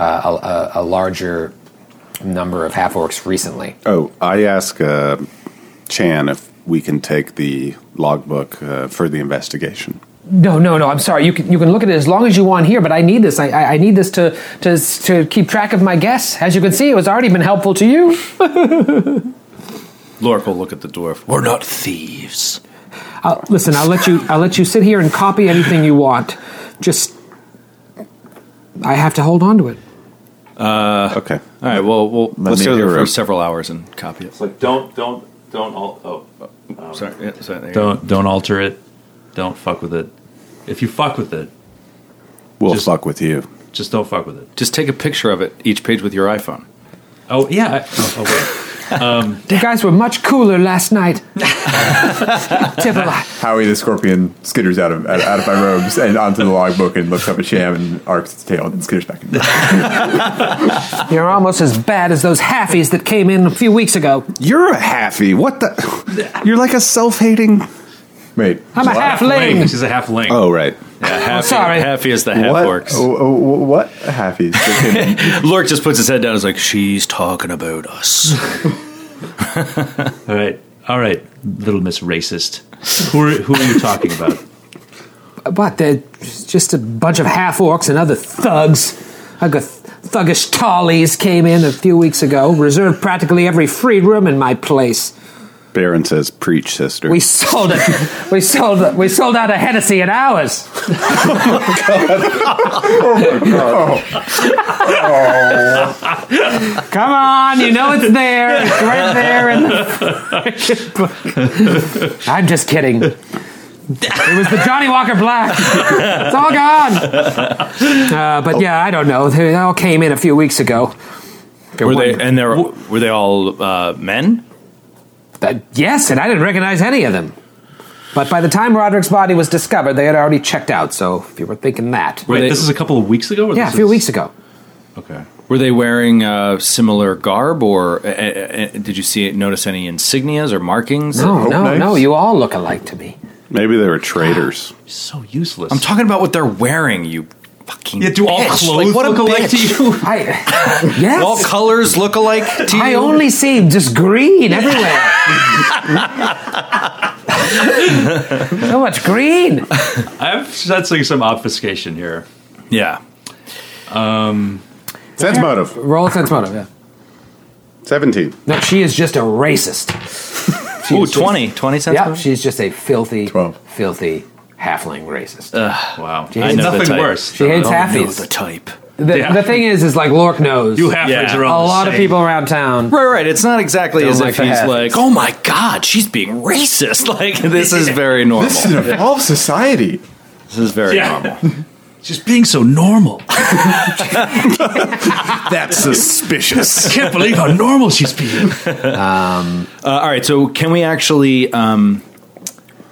B: uh, a, a, a larger number of half orcs recently.
H: Oh, I ask uh, Chan if we can take the logbook uh, for the investigation.
B: No, no, no. I'm sorry. You can you can look at it as long as you want here, but I need this. I, I, I need this to, to to keep track of my guests. As you can see, it was already been helpful to you.
C: Lork will look at the dwarf. We're not thieves.
B: I'll, listen, I'll let you I'll let you sit here and copy anything you want. Just I have to hold on to it.
C: Uh,
H: okay.
C: All right. Well, well
H: Let
C: let's
H: me
C: go
H: hear
C: there for
H: it.
C: several hours and copy it.
G: It's like don't don't don't all oh um,
C: sorry, yeah, sorry, there you
G: don't don't alter it. Don't fuck with it. If you fuck with it,
H: We'll fuck with you.
G: just don't fuck with it.
C: Just take a picture of it, each page with your iPhone.
G: Oh yeah. I, oh, oh, wait. Um,
B: You guys were much cooler last night. Tipple,
I: Howie the scorpion skitters out of out, out of my robes and onto the logbook and looks up at Sham and arcs its tail and skitters back. In.
B: You're almost as bad as those halfies that came in a few weeks ago.
H: You're a halfie. What the? You're like a self-hating.
I: Wait,
B: I'm a half
G: Halfling.
B: ling.
G: She's a half ling.
H: Oh right.
C: Yeah, half,
B: sorry.
C: half is the half
I: what?
C: orcs.
I: Oh, oh, wh- what halfies? They came-
C: Lork just puts his head down. Is like she's talking about us.
G: All right, all right, little Miss Racist. Who are, who are you talking about?
B: But they're just a bunch of half orcs and other thugs. Like a th- thuggish tallies came in a few weeks ago, reserved practically every free room in my place.
H: Baron says, "Preach, sister."
B: We sold it. we sold. We sold out a Hennessy in hours. Come on, you know it's there. It's right there in the freaking book. I'm just kidding. It was the Johnny Walker Black. It's all gone. Uh, but yeah, I don't know. They all came in a few weeks ago.
C: were they and they were, were they all uh, men?
B: Uh, yes, and I didn't recognize any of them. But by the time Roderick's body was discovered, they had already checked out. So if you were thinking that,
G: Wait,
C: they-
G: this is a couple of weeks ago. Or
B: yeah, a
G: this
B: few
G: is-
B: weeks ago.
G: Okay.
C: Were they wearing uh, similar garb, or uh, uh, uh, did you see notice any insignias or markings?
B: No, no,
I: knives?
B: no. You all look alike to me.
H: Maybe they were traitors.
G: So useless.
C: I'm talking about what they're wearing. You fucking
G: Yeah, do all
C: bitch.
G: clothes
C: Like, what a
G: look alike to
C: bitch.
G: you?
B: I yes.
C: All colors look alike to you.
B: I only see just green everywhere. so much green.
G: I'm sensing some obfuscation here.
C: yeah.
H: Sense motive.
B: Roll sense motive. Yeah.
H: Seventeen.
B: No, she is just a racist. She
C: Ooh,
B: is just-
C: 20. 20 cents.
B: Yeah, she's just a filthy,
I: Twelve.
B: filthy halfling racist.
G: Uh, Wow.
B: I
G: It's
B: know
C: the
G: nothing
C: type.
G: worse.
B: she hates
C: I know
B: halfies.
C: the type.
B: The,
G: Yeah.
B: the thing is, is like Lork knows.
G: You halflings
C: Yeah.
G: are
B: a
G: all the
B: lot of
G: same.
B: people around town.
C: Right, right. It's not exactly as
B: like
C: if
B: the
C: he's
B: halfies.
C: like, oh my god, she's being racist. Like this is very normal.
I: this is an evolved society.
C: This is very
G: Yeah.
C: normal.
G: Just being so normal.
H: That's suspicious.
G: Can't believe how normal she's being.
C: Uh, all right, so can we actually? Um,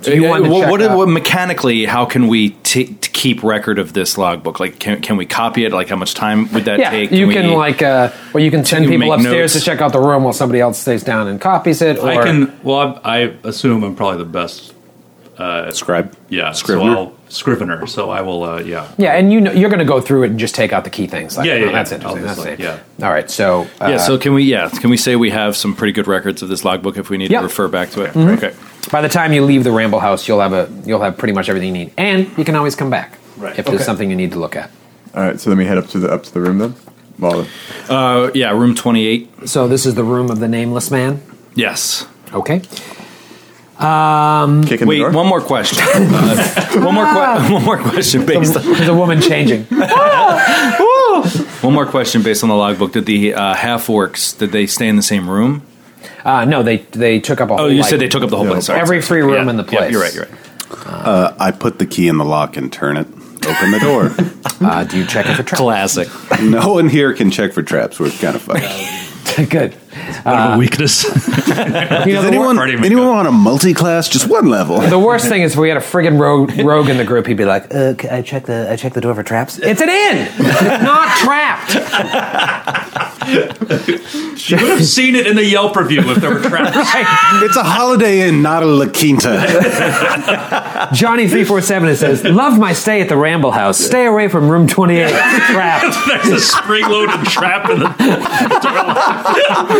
B: you
C: uh,
B: wanted to
C: what,
B: check
C: what,
B: out-
C: what mechanically? How can we t- t- keep record of this logbook? Like, can, can we copy it? Like, how much time would that
B: Yeah,
C: take?
B: you
C: we- e-,
B: can like, uh, or you can send
C: you
B: people
C: make
B: upstairs
C: notes?
B: to check out the room while somebody else stays down and copies it. Or
G: I can. Well, I'm- I, I assume I'm probably the best.
H: Scribe.
G: Yeah.
H: Scrivener?
G: So I'll, Scrivener. So I will. Uh, yeah.
B: yeah, and you know, you're going to go through it and just take out the key things. Like,
G: Yeah, yeah,
B: oh, that's
G: yeah,
B: interesting. That's
G: obviously,
B: it. All right, so uh,
C: yeah. So can we? Yeah, can we say we have some pretty good records of this logbook if we need
B: Yeah.
C: to refer back to it?
B: Mm-hmm.
C: Okay.
B: by the time you leave the Ramble House, you'll have a you'll have pretty much everything you need, and you can always come back
G: Right.
B: if there's something you need to look at.
I: All right, so then we head up to the up to the room then. Well,
C: Uh, yeah, room twenty-eight.
B: So this is the room of the nameless man.
C: Yes.
B: Okay,
I: kicking
C: Wait,
I: the door.
C: one more question. Uh, one more.
B: Ah.
C: Que- one more question based. On,
B: there's a woman changing.
C: one more question based on the logbook. Did the uh, half orcs? Did they stay in the same room?
B: Uh, no, they they took up a.
C: Oh,
B: whole,
C: you
B: like,
C: said they took up the whole
I: Yeah.
C: place. Sorry,
B: every
C: sorry,
B: free
C: sorry.
B: room
C: Yeah,
B: in the
C: yeah,
B: place.
C: you're right. You're right.
H: I put the key in the lock and turn it. open the door.
B: Uh, do you check it for traps?
H: Classic. No one here can check for traps. We're kind of fucked.
B: Good.
D: What a weakness.
H: Does anyone, anyone want a multi class? Just one level.
B: The worst thing is if we had a friggin' rogue, rogue in the group, he'd be like, uh, c- I check the I check the door for traps. It's an inn! It's not trapped!
D: You would have seen it in the Yelp review if there were traps.
H: it's a Holiday Inn, not a La Quinta.
B: Johnny347 it says, Love my stay at the Ramble House. Stay away from room 28. Trapped.
D: There's a spring loaded trap in the.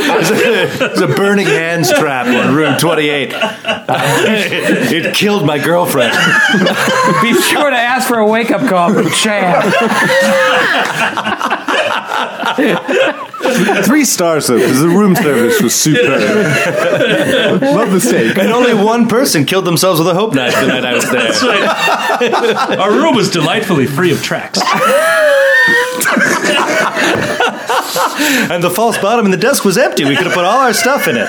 J: It's a burning hands trap in room 28. it killed my girlfriend.
B: Be sure to ask for a wake up call from Chad.
H: Three star service. The room service was superb. Love the steak.
J: And only one person killed themselves with a hope knife the night I was there.
D: That's right. Our room was delightfully free of tracks.
J: And the false bottom in the desk was empty. We could have put all our stuff in it.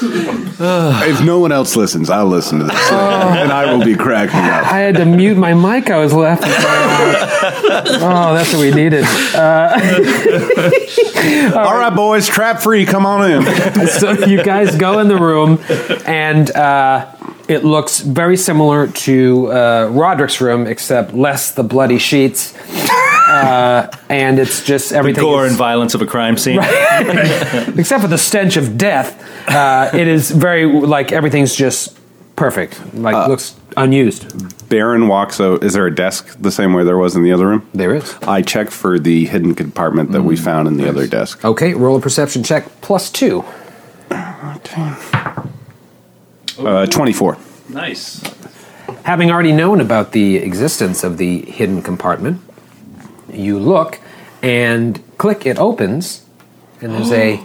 H: if no one else listens, I'll listen to this, thing,
J: Oh.
H: and I will be cracking up.
B: I had to mute my mic. I was laughing. so hard. Oh, that's what we needed. Uh,
H: All right, boys, trap free. Come on in.
B: so you guys go in the room, and uh, it looks very similar to uh, Roderick's room, except less the bloody sheets. Uh, and it's just
J: The
B: everything.
J: gore
B: is-
J: and violence of a crime scene.
B: except for the stench of death, uh, it is very, like, everything's just perfect. Like, looks unused.
H: Baron walks out. Is there a desk the same way there was in the other room?
B: There is.
H: I check for the hidden compartment that we found in the other desk.
B: Okay, roll a perception check plus two.
H: Uh, 24.
G: Nice.
B: Having already known about the existence of the hidden compartment, you look and click, it opens, and there's a s-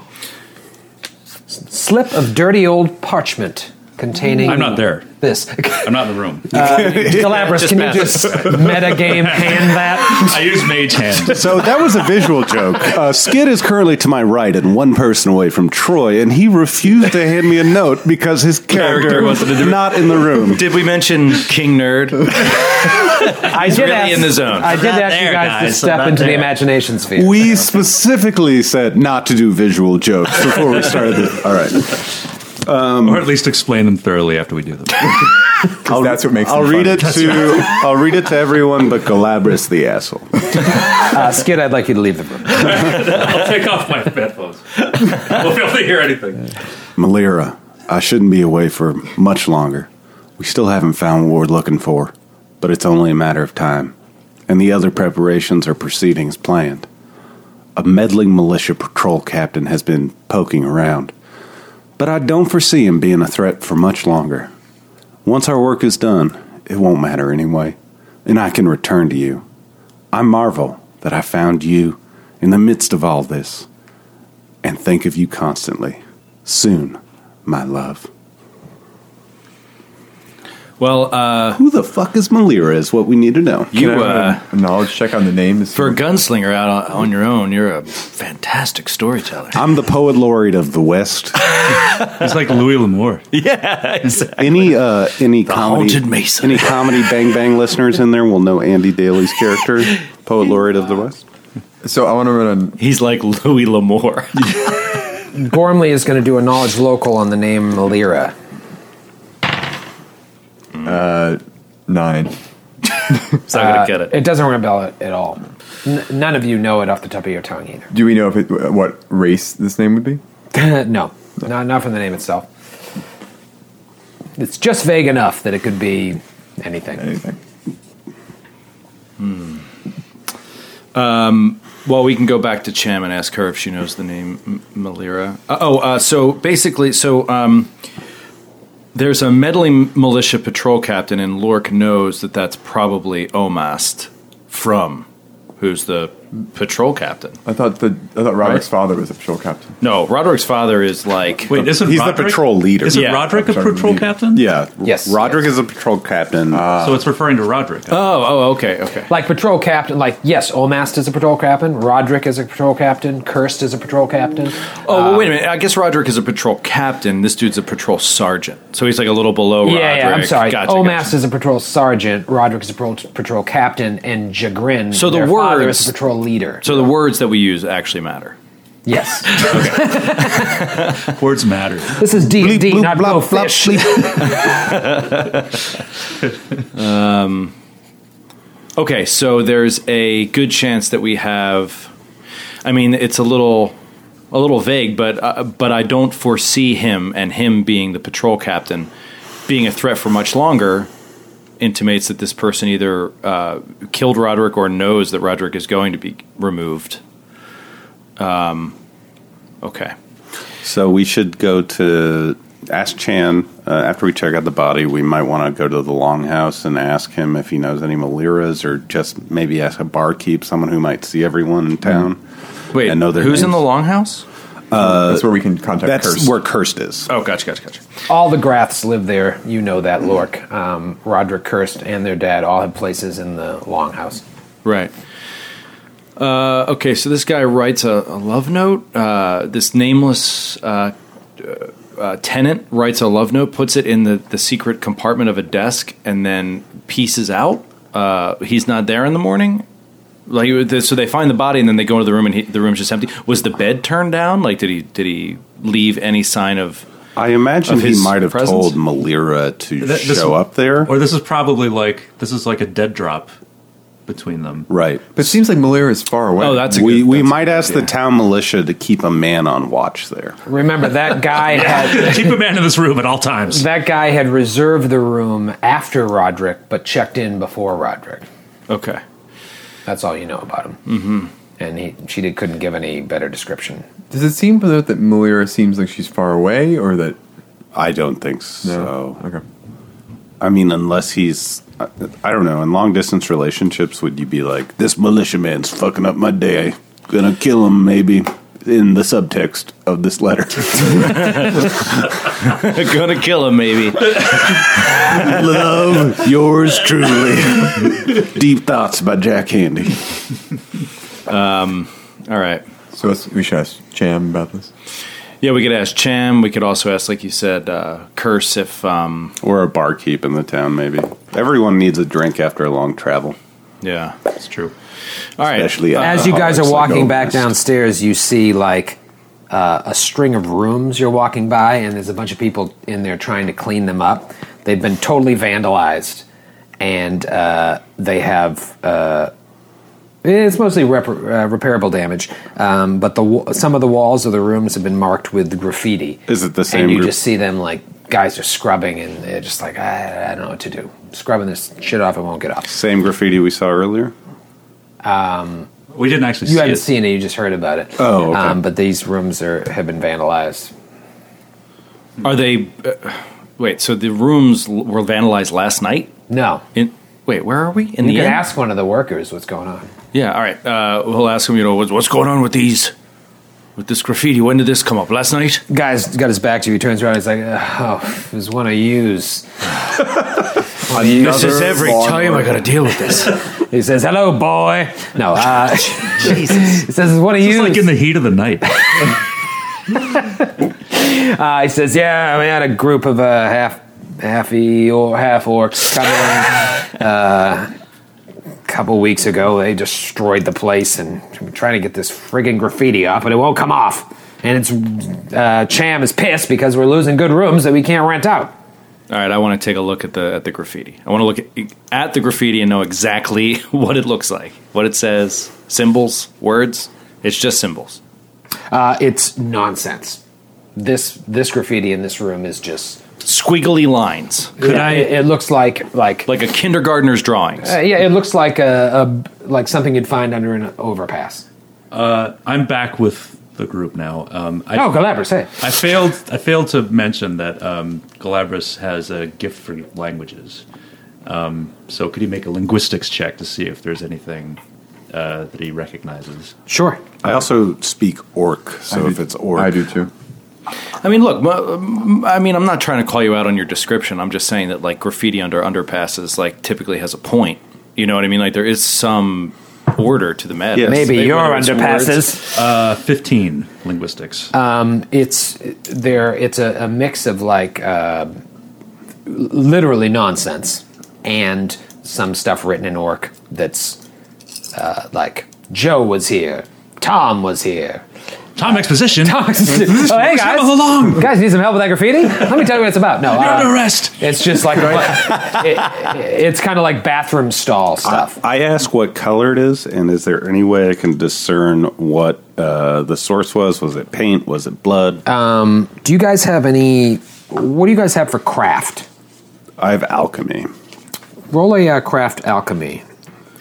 B: slip of dirty old parchment containing.
G: I'm not there.
B: This.
G: I'm not in the room.
B: Uh, Galabras,
J: Just
B: can
J: pass.
B: you just metagame hand that?
G: I use mage hand.
H: So that was a visual joke. Uh, Skid is currently to my right and one person away from Troy, and he refused to hand me a note because his character,
J: Character
H: was
J: wasn't in the room.
H: not in the room.
J: Did we mention King Nerd?
B: I did
J: really in the zone.
B: I did
G: Not
B: ask you
G: there,
B: guys, to
G: guys,
B: step
G: not
B: into the
G: there.
B: imagination sphere.
H: We specifically said not to do visual jokes before we started this. All right.
G: or at least explain them thoroughly after we do them.
I: 'Cause that's what makes.
H: I'll
I: them
H: read
I: funny.
H: it to I'll read it to everyone but Galabras the asshole.
B: Uh, Skid, I'd like you to leave the room.
G: I'll take off my headphones. We'll be able to hear anything.
H: Malira, I shouldn't be away for much longer. We still haven't found what we're looking for, but it's only a matter of time. And the other preparations are proceeding as planned. A meddling militia patrol captain has been poking around, but I don't foresee him being a threat for much longer. Once our work is done, it won't matter anyway, and I can return to you. I marvel that I found you in the midst of all this, and think of you constantly. Soon, my love.
C: Well, uh,
H: Who the fuck is Malira is what we need to know.
C: you
I: Can I
C: uh,
I: have a knowledge check on the name. Is
C: for a gunslinger out on, on your own, you're a fantastic storyteller.
H: I'm the poet laureate of the West.
G: It's like Louis L'Amour.
J: yeah, exactly.
H: Any uh any comedy
J: Haunted Mason.
H: any comedy bang bang listeners in there will know Andy Daly's character, poet laureate of the West.
I: so I want to run an
J: He's like Louis L'Amour.
B: Gormley is going to do a knowledge local on the name Malira.
I: nine.
J: So I'm
B: Uh,
J: gonna get it.
B: It doesn't ring a bell at, at all. N- none of you know it off the top of your tongue either.
I: Do we know if it, what race this name would be?
B: no, not not from the name itself. It's just vague enough that it could be anything.
I: Anything.
C: Well, we can go back to Cham and ask her if she knows the name M- Malira. Uh, oh, uh, so basically, so um, there's a meddling militia patrol captain, and Lork knows that that's probably Omast from, who's the patrol captain.
I: I thought the I thought Roderick's father was a patrol captain.
C: No, Roderick's father is like.
I: Wait, isn't He's the Roderick- patrol leader. isn't Roderick a patrol
G: captain?
H: Yeah. Yes. Roderick is a patrol captain.
G: so it's referring to Roderick.
C: Oh, oh, okay, okay.
B: Like patrol captain, like yes, Olmast is a patrol captain. Roderick is a patrol captain. Kirst is a patrol captain.
C: Oh, well, wait a minute. I guess Roderick is a patrol captain. This dude's a patrol sergeant. So he's like a little below
B: yeah,
C: Roderick.
B: yeah, I'm sorry.
C: Gotcha,
B: Olmast is a patrol sergeant. Roderick is a patrol, patrol captain, and Jagrin.
C: So the
B: their father is
C: words-
B: a patrol leader.
C: gotcha. So the words that we use actually matter.
B: Yes.
G: Words matter.
B: This is D and D, not blow fish.
C: um, okay, so there's a good chance that we have. I mean, it's a little, a little vague, but uh, but I don't foresee him and him being the patrol captain being a threat for much longer. Intimates that this person either uh, killed Roderick or knows that Roderick is going to be removed. Um, okay.
H: So we should go to ask Chan uh, after we check out the body. We might want to go to the longhouse and ask him if he knows any Maliras, or just maybe ask a barkeep, someone who might see everyone in town.
C: Wait,
H: and know their
C: who's in the
H: names.
C: longhouse?
H: Uh,
I: That's where we can contact
H: That's
I: Kirst.
H: where Cursed is.
C: Oh, gotcha, gotcha, gotcha.
B: All the Graths live there. You know that, Lork. Um, Roderick Kirst and their dad all have places in the Longhouse.
C: Right. Uh, okay, so this guy writes a, a love note. Uh, this nameless uh, uh, tenant writes a love note, puts it in the, the secret compartment of a desk, and then pieces out. Uh, he's not there in the morning. Like so, they find the body, and then they go into the room, and he, the room's just empty. Was the bed turned down? Like, did he did he leave any sign of?
H: I imagine
C: of
H: he
C: his
H: might have
C: presence?
H: told Malira to show up there,
G: or this is probably like this is like a dead drop between them.
H: right?
I: But it seems like Malira is far away.
C: Oh,
H: we we might ask the town militia to keep a man on watch there.
B: Remember that guy had
G: keep a man in this room at all times.
B: That guy had reserved the room after Roderick, but checked in before Roderick.
C: Okay,
B: that's all you know about him.
C: Mm-hmm.
I: Mhm.
B: And he, she did, couldn't give any better description.
I: Does it seem though that Malira seems like she's far away, or that
H: I don't think so.
I: Okay.
H: I mean, unless he's, I, I don't know. In long distance relationships, would you be like, this militia man's fucking up my day, gonna kill him? Maybe in the subtext of this letter,
C: gonna kill him, maybe.
H: love yours truly. Deep thoughts by Jack Handy.
C: Um, all right.
I: So it's, we should ask Jam about this.
C: Yeah, we could ask Cham. We could also ask, like you said, uh, Curse if. Um,
H: or a barkeep in the town, maybe. Everyone needs a drink after a long travel.
C: yeah,
G: that's true.
C: All right.
H: Especially
B: As you guys
H: alcoholics
B: are
H: that
B: walking
H: go
B: back
H: missed.
B: downstairs, you see like uh, a string of rooms you're walking by, and there's a bunch of people in there trying to clean them up. They've been totally vandalized, and uh, they have. Uh, it's mostly rep- uh, repairable damage, um, but the wa- some of the walls of the rooms have been marked with graffiti.
H: Is it the same
B: And you
H: group?
B: just see them like guys are scrubbing, and they're just like, I, I don't know what to do. Scrubbing this shit off, it won't get off.
H: Same graffiti we saw earlier.
B: Um,
G: we didn't actually.
B: You
G: see
B: haven't
G: it.
B: seen it. You just heard about it.
H: Oh, okay.
B: um, but these rooms are have been vandalized.
C: Are they? Uh, wait, so the rooms l- were vandalized last night?
B: No.
C: In wait, where are we? In
B: you
C: the
B: can
C: end?
B: ask one of the workers what's going on.
C: Yeah. All right. Uh, we'll ask him. You know, what's, what's going on with these? With this graffiti? When did this come up? Last night?
B: Guy's got his back to you. He turns around. He's like, "Oh, it was one I use."
C: This is every time I gotta deal with this.
B: he says, "Hello, boy." No, uh, Jesus. He says, "It's one of you." Like in
G: the heat of the night.
B: uh, he says, "Yeah, we had a group of uh, half halfy or half orcs come in uh, a couple weeks ago. They destroyed the place and I'm trying to get this friggin' graffiti off, but it won't come off. And it's uh, Cham is pissed because we're losing good rooms that we can't rent out.
C: All right. I want to take a look at the at the graffiti. I want to look at, at the graffiti and know exactly what it looks like, what it says, symbols, words. It's just symbols.
B: Uh, it's nonsense. This this graffiti in this room is just
C: squiggly lines.
B: Could I? It, it looks like like
C: like a kindergartner's drawings.
B: uh, yeah, it looks like a, a like something you'd find under an overpass.
G: Uh, I'm back with the group now. Um, I,
B: Oh, Galabras, hey.
G: I failed. I failed to mention that um, Galabras has a gift for languages. Um, so, could you make a linguistics check to see if there's anything uh, that he recognizes.
B: Sure.
H: I also speak Orc, so
G: I
H: if
G: do-
H: it's Orc,
G: I
H: do too.
C: I mean, look. m- I mean, I'm not trying to call you out on your description. I'm just saying that like graffiti under underpasses like typically has a point. You know what I mean? Like there is some order to the madness. Whether it's words-
G: Uh, Fifteen linguistics.
C: Uh,
B: Um, it's there. It's a, a mix of like uh, literally nonsense and some stuff written in orc that's uh, like Joe was here, Tom was here.
D: Tom exposition.
B: Tom exposition. oh, hey guys,
D: All along.
B: guys need some help with that graffiti? Let me tell you what it's about. No,
D: You're
B: uh,
D: under arrest.
B: It's just like it- it's kind of like bathroom stall stuff.
H: I ask what color it is, and is there any way I can discern what uh, the source was? Was it paint? Was it blood?
B: Um, do you guys have any? What do you guys have for craft?
H: I have alchemy.
B: Roll a uh, craft alchemy.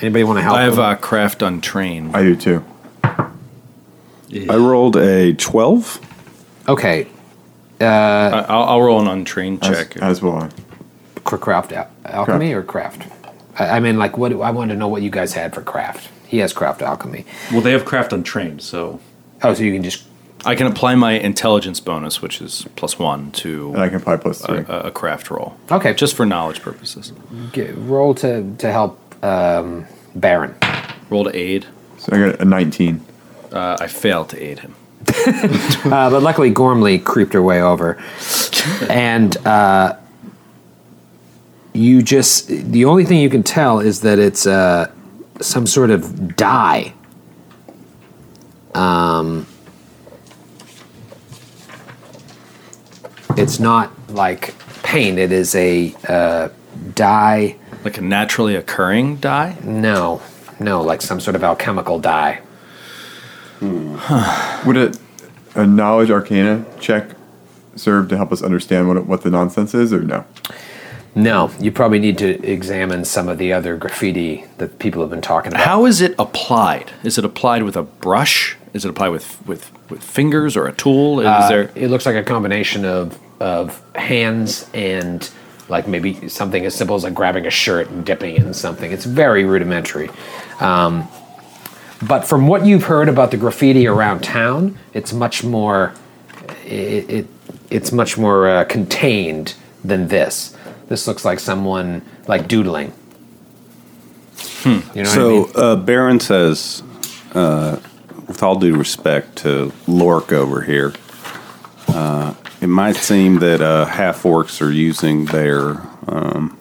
B: Anybody want to help?
C: I have uh, craft untrained.
H: I do too. I rolled a twelve.
B: Okay. Uh,
C: I'll, I'll roll an untrained check.
I: as well.
B: Craft al- alchemy or craft? I, I mean, like, what? I wanted to know what you guys had for craft. He has craft alchemy.
G: Well, they have craft untrained, so.
B: Oh, so you can just.
C: I can apply my intelligence bonus, which is plus one to. uh,
I: And I can apply plus three.
C: A, a craft roll.
B: Okay.
C: Just for knowledge purposes.
B: Get, roll to to help um, Baron.
C: Roll to aid.
I: So I got a 19.
C: Uh, I fail to aid him.
B: uh, but luckily, Gormley creeped her way over, and uh, you just the only thing you can tell is that it's uh, some sort of dye. Um, it's not like paint. It is a uh, dye,
C: like a naturally occurring dye.
B: No, no, like some sort of alchemical dye.
I: Would a, a knowledge arcana check serve to help us understand what, it- what the nonsense is, or no?
B: No, you probably need to examine some of the other graffiti that people have been talking about.
C: How is it applied? Is it applied with a brush? Is it applied with with, with fingers or a tool? Is
B: Uh,
C: there
B: It looks like a combination of of hands and like maybe something as simple as like grabbing a shirt and dipping it in something. It's very rudimentary. Um, but from what you've heard about the graffiti around town, it's much more it, it it's much more uh, contained than this. This looks like someone like doodling. You know
H: so
B: what
H: uh, Baron says, uh, with all due respect to Lork over here, uh, it might seem that uh, half orcs are using their um,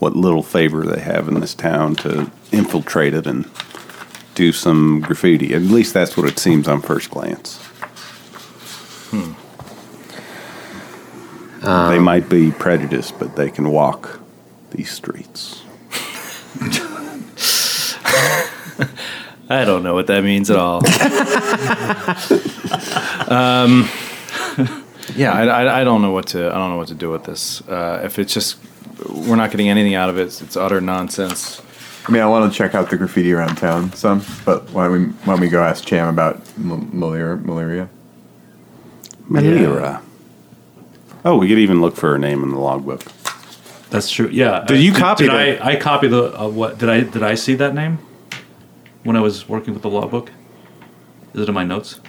H: what little favor they have in this town to infiltrate it and do some graffiti. At least that's what it seems on first glance.
B: Hmm. Um,
H: they might be prejudiced, but they can walk these streets.
C: I don't know what that means at all. um, yeah, I, I, I don't know what to I don't know what to do with this. Uh, if it's just we're not getting anything out of it, it's utter nonsense.
I: I mean, I want to check out the graffiti around town some, but why don't we, why don't we go ask Cham about m- malaria? Malaria.
H: Malira. Oh, we could even look for her name in the logbook.
G: That's true. Yeah.
H: Did you copy
G: Did
H: that?
G: I, I copy the uh, what? Did I did I see that name when I was working with the law book? Is it in my notes?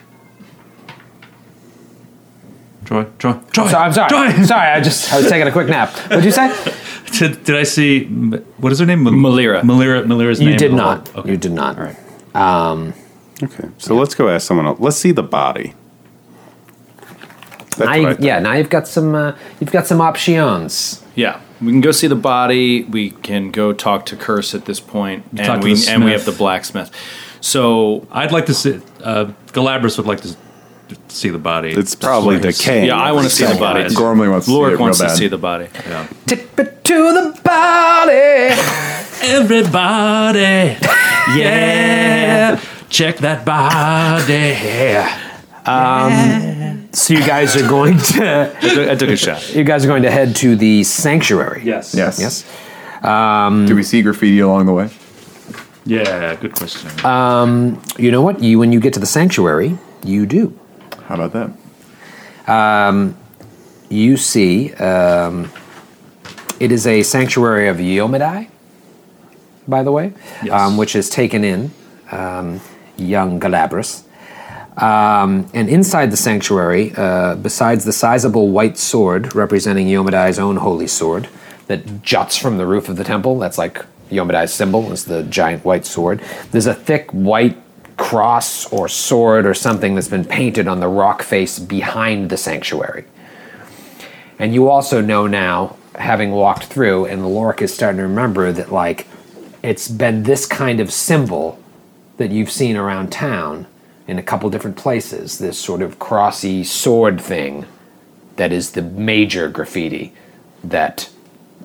G: Troy, Troy, Troy.
B: So, I'm sorry.
G: Troy.
B: Sorry, I just I was taking a quick nap. What'd you say?
G: Did, did I see M- what is her name? Mal- Malira. Malira. Malira's
B: You
G: name.
B: did
G: in the law-
B: not. You did not. Um,
H: okay. So let's go ask someone else. Let's see the body.
B: Now you- yeah, now you've got some uh, you've got some options.
C: Yeah, we can go see the body. We can go talk to Curse at this point,
G: You talk
C: and
G: to
C: we
G: the
C: and we
G: smith.
C: have the blacksmith. So
G: I'd like to see. Uh, Galabras would like to s- see the body.
H: It's probably decaying.
G: Yeah, I want to see the body.
I: Gormley wants to see
C: Lork
I: it real
C: wants to
I: bad.
C: see the body.
G: Yeah.
B: To the body.
G: Everybody. Yeah. Check that body.
B: Um, so you guys are going to. I
C: took, a shot.
B: You guys are going to head to the sanctuary.
G: Yes.
I: Yes.
B: Yes. Um,
I: Do we see graffiti along the way?
G: Yeah, good question.
B: Um, you know what? You when you get to the sanctuary, you do.
I: How about that?
B: Um, you see, um, it is a sanctuary of Yomidai, by the way, um, which is taken in um, young Galabras. Um, and inside the sanctuary, uh, besides the sizable white sword representing Yomadai's own holy sword that juts from the roof of the temple, that's like Yomadai's symbol, is the giant white sword, there's a thick white cross or sword or something that's been painted on the rock face behind the sanctuary. And you also know now, having walked through, and Lork is starting to remember that, like, it's been this kind of symbol that you've seen around town in a couple different places. This sort of crossy sword thing that is the major graffiti that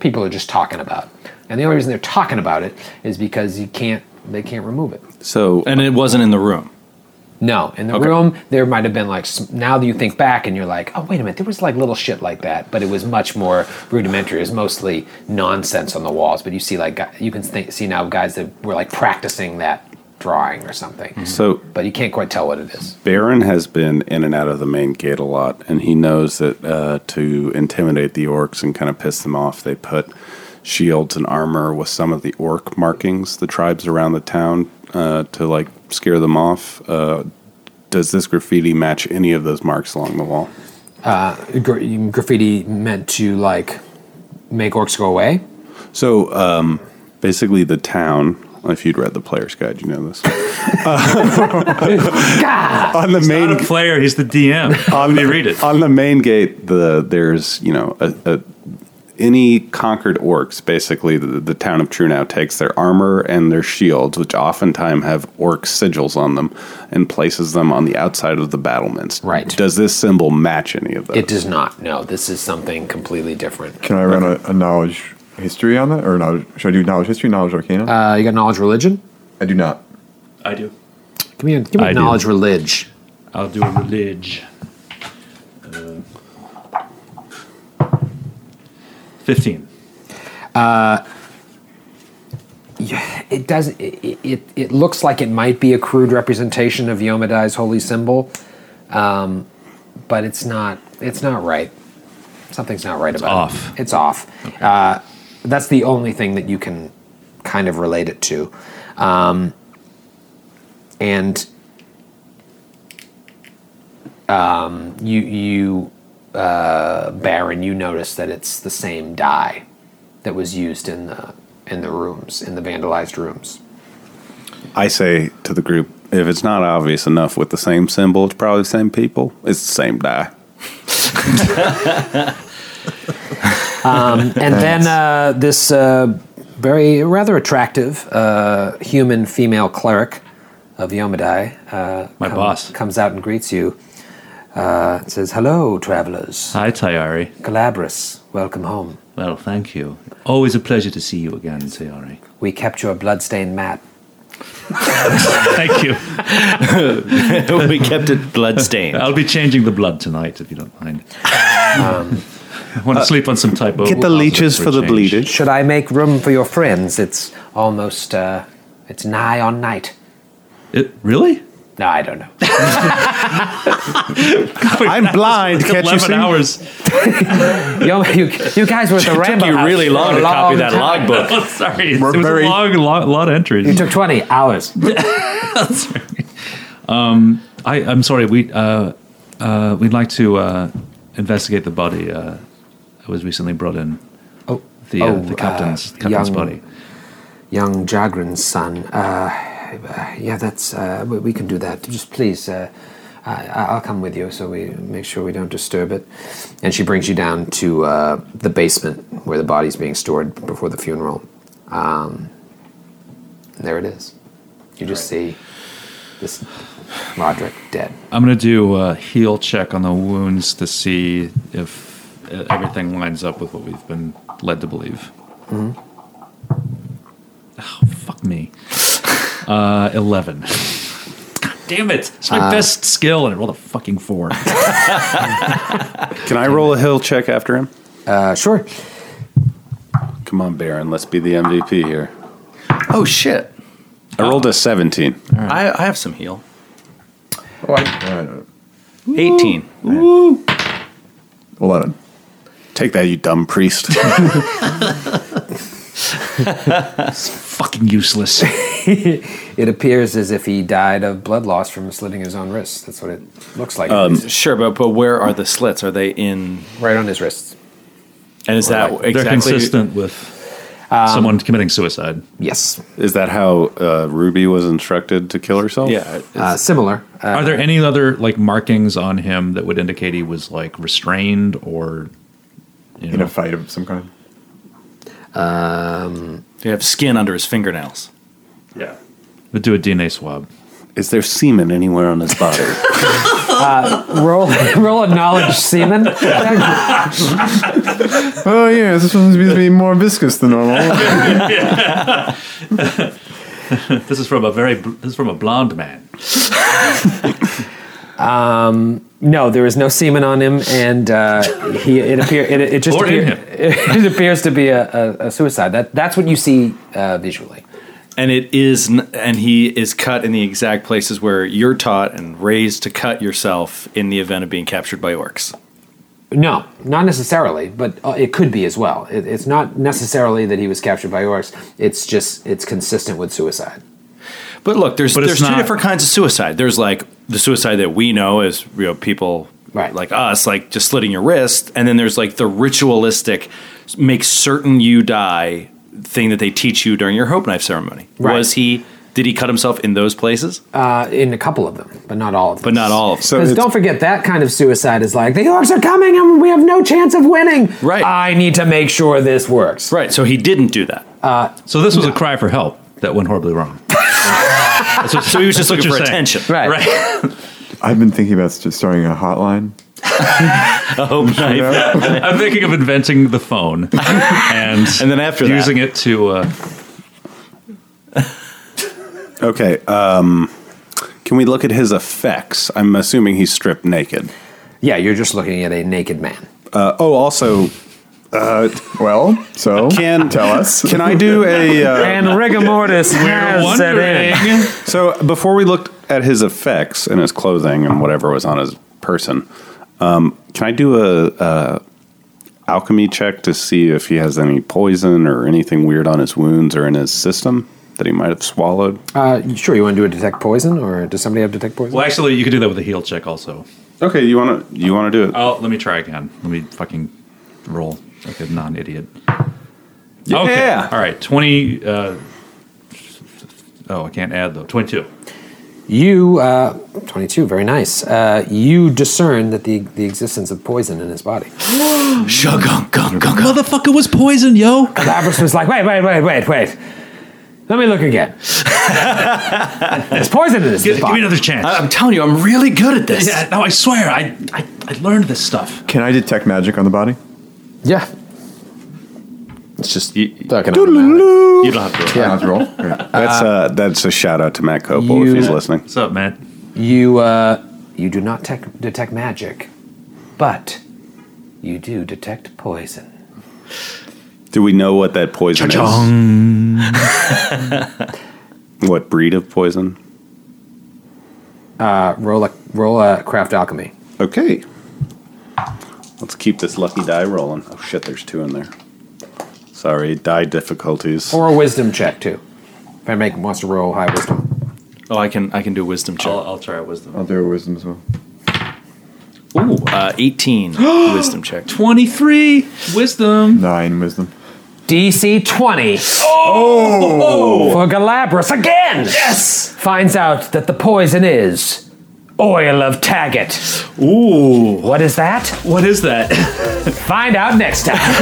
B: people are just talking about. And the only reason they're talking about it is because you can't, they can't remove it.
H: So
C: and it wasn't in the room.
B: No, in the room there might have been like s- now that you think back and you're like, oh wait a minute, there was like little shit like that, but it was much more rudimentary. It was mostly nonsense on the walls, but you see like gu- you can think, see now guys that were like practicing that drawing or something.
H: So
B: but you can't quite tell what it is.
H: Baron has been in and out of the main gate a lot, and he knows that uh, to intimidate the orcs and kind of piss them off, they put shields and armor with some of the orc markings, the tribes around the town, uh, to like scare them off. Uh, does this graffiti match any of those marks along the wall?
B: Uh, gra- graffiti meant to like make orcs go away.
H: So um, basically, the town. If you'd read the player's guide, you know this. Uh, on the main
D: player, he's the DM.
H: on
D: the, read it
H: on the main gate. The there's you know a, a, any conquered orcs. Basically, the, the town of Trunau takes their armor and their shields, which oftentimes have orc sigils on them, and places them on the outside of the battlements. Right. Does this symbol match any of those?
B: It does not. No, this is something completely different.
I: Can I run a, a knowledge history on that, or knowledge, should I do knowledge history, knowledge arcana?
B: Uh, you got knowledge religion?
I: I do not.
G: I do.
B: Give me a, give me
I: I do.
B: knowledge religion.
G: I'll do a religion. Uh, Fifteen.
B: Uh, yeah, it does. It, it it looks like it might be a crude representation of Yomadai's holy symbol, um, but it's not. It's not right. Something's not right about it. It's off. Uh, that's the only thing that you can kind of relate it to, um, and um, you you uh, Baron, you notice that it's the same dye that was used in the in the rooms in the vandalized rooms.
H: I say to the group, if it's not obvious enough with the same symbol, it's probably the same people. It's the same die.
B: Um, and then uh, this uh, very rather attractive uh, human female cleric of Yomadai, uh,
G: My
B: come-
G: boss.
B: comes out and greets you. Uh, it says, "Hello, travelers.
G: Hi, Tayari.
B: Galabras, welcome home.
G: Well, thank you. Always a pleasure to see you again, Sayori.
B: We kept your bloodstained map.
G: Thank you. we kept it bloodstained. I'll be changing the blood tonight, if you don't mind. Um, I want to
B: uh,
G: sleep on some typo.
B: Should I make room for your friends? It's almost, uh, it's nigh on night.
G: It, Uh, really?
B: No, I don't know.
H: I'm blind.
G: can't you 11 see? hours.
B: Yo, you, you guys were at the
G: It took
B: Rambo
G: you
B: house
G: really
B: for
G: long
B: a
G: to copy that
B: time.
G: logbook. Oh, sorry. It We're was a very- long- lot of entries.
B: You took 20 hours.
G: Um, I, I'm sorry. We uh, uh, we'd like to uh, investigate the body. Uh, I was recently brought in.
B: Oh,
G: the, uh, the captain's
B: uh,
G: captain's
B: young-
G: body.
B: Young Jagran's son. Uh, uh, yeah, that's. Uh, we, we can do that. Just please, uh, I, I- I'll come with you so we make sure we don't disturb it. And she brings you down to uh, the basement where the body's being stored before the funeral. Um, and there it is. You just see this Roderick dead.
G: I'm gonna do a heal check on the wounds to see if uh, everything lines up with what we've been led to believe.
B: Mhm.
G: Oh fuck me. Uh, Eleven. God damn it! It's my
H: Uh,
G: best skill, and I rolled a fucking four.
H: Can I roll a hill check after him?
B: Uh, sure.
H: Come on, Baron. Let's be the MVP here. Oh shit! I rolled a seventeen.
C: I, I have some heal.
H: Eighteen. Eleven. Take that, you dumb priest.
B: fucking useless. it appears as if he died of blood loss from slitting his own wrists. That's what it looks like.
C: Um, sure, but but where are the slits? Are they in
B: right on his wrists?
C: And is
B: Or
C: that
B: like-
C: exactly
G: They're consistent with
B: Um,
G: someone committing suicide.
B: Yes.
H: Is that how uh, Ruby was instructed to kill herself?
B: Uh, similar.
G: Are there any other like markings on him that would indicate he was like restrained or in a
I: fight of some kind?
B: Um,
C: they have skin under his fingernails.
G: Yeah, but do a DNA swab.
H: Is there semen anywhere on his body?
B: Uh, roll roll a knowledge semen.
I: Oh yeah, this one's supposed to be more viscous than normal.
G: this is from a very bl- this is from a blonde man.
B: Um, no, there is no semen on him, and uh, he it appear it, it just
G: Or in
B: appear,
G: him.
B: it, appears to be a, a, a suicide. That that's what you see uh, visually.
C: And it is, n- and he is cut in the exact places where you're taught and raised to cut yourself in the event of being captured by orcs.
B: No, not necessarily, but uh, it could be as well. It, it's not necessarily that he was captured by orcs. It's just it's consistent with suicide.
C: But look, there's
B: But it's
C: there's two
B: not-
C: different kinds of suicide. There's like the suicide that we know is you know people like us like just slitting your wrist, and then there's like the ritualistic make certain you die thing that they teach you during your hope knife ceremony.
B: Right.
C: Was he did he cut himself in those places?
B: Uh, in a couple of them, but not all of them.
C: But not all of them.
B: Because don't forget that kind of suicide is like the orcs are coming and we have no chance of winning. Right. I need to make sure this works.
C: Right. So he didn't do that.
B: Uh,
G: So this was a cry for help that went horribly wrong. That's what-
C: So he was just
G: that's
C: looking
G: what
C: for
G: you're saying.
C: attention. Right.
G: Right.
I: I've been thinking about just starting a hotline.
C: A hope knife.
G: I'm thinking of inventing the phone and and
C: then after that-
G: using it to uh,
H: okay. Um, can we look at his effects? I'm assuming he's stripped naked.
B: Yeah, you're just looking at a naked man.
H: Uh, oh, also. Uh,
I: well, so
H: can
I: tell us.
H: Can I do a? Uh,
B: and rigor mortis has set in.
H: so before we looked at his effects and his clothing and whatever was on his person, um, can I do a, a alchemy check to see if he has any poison or anything weird on his wounds or in his system that he might have swallowed?
B: Uh, sure, you want to do a detect poison, or does somebody have detect poison?
G: well, actually, you could do that with a heal check also.
H: Okay, you want to you want to do it?
G: Oh, let me try again. Let me fucking roll like a non-idiot.
H: Yeah.
G: All right. Twenty. Uh, oh, I can't add though. Twenty-two.
B: You, uh, 22, very nice. Uh, you discern that the, the existence of poison in his body.
D: Motherfucker was poisoned, yo.
B: Calabrus was like, wait, wait, wait, wait, wait. Let me look again. There's poison in his
G: Give, give
B: body.
G: me another chance.
C: I'm telling you, I'm really good at this.
G: Yeah. No, I swear, I I, I learned this stuff.
I: Can I detect magic on the body?
B: Yeah.
H: It's just
C: you,
B: fucking
H: you
G: don't have to.
I: Yeah, I have to roll. Yeah.
H: That's uh, that's a shout out to Matt Copel if
B: you-
H: he's listening.
G: What's up, Matt?
B: You, uh, you do not tech- detect magic, but you do detect poison.
H: Do we know what that poison is? What breed of poison?
B: Uh, roll, a, roll a craft alchemy.
H: Okay. Let's keep this lucky die rolling. Oh shit, there's two in there. Sorry, die difficulties.
B: Or a wisdom check, too. If I make wants to roll high wisdom.
C: Oh, I can I can do a wisdom check.
G: I'll, I'll try wisdom.
I: I'll do a wisdom as well.
C: Ooh, uh, 18 wisdom check.
G: Twenty-three. Wisdom.
I: Nine wisdom.
B: DC 20.
I: Oh!
B: For Galabras again! Yes! Finds out that the poison is oil of Taggart.
G: Ooh.
B: What is that?
G: What is that?
B: Find out next time.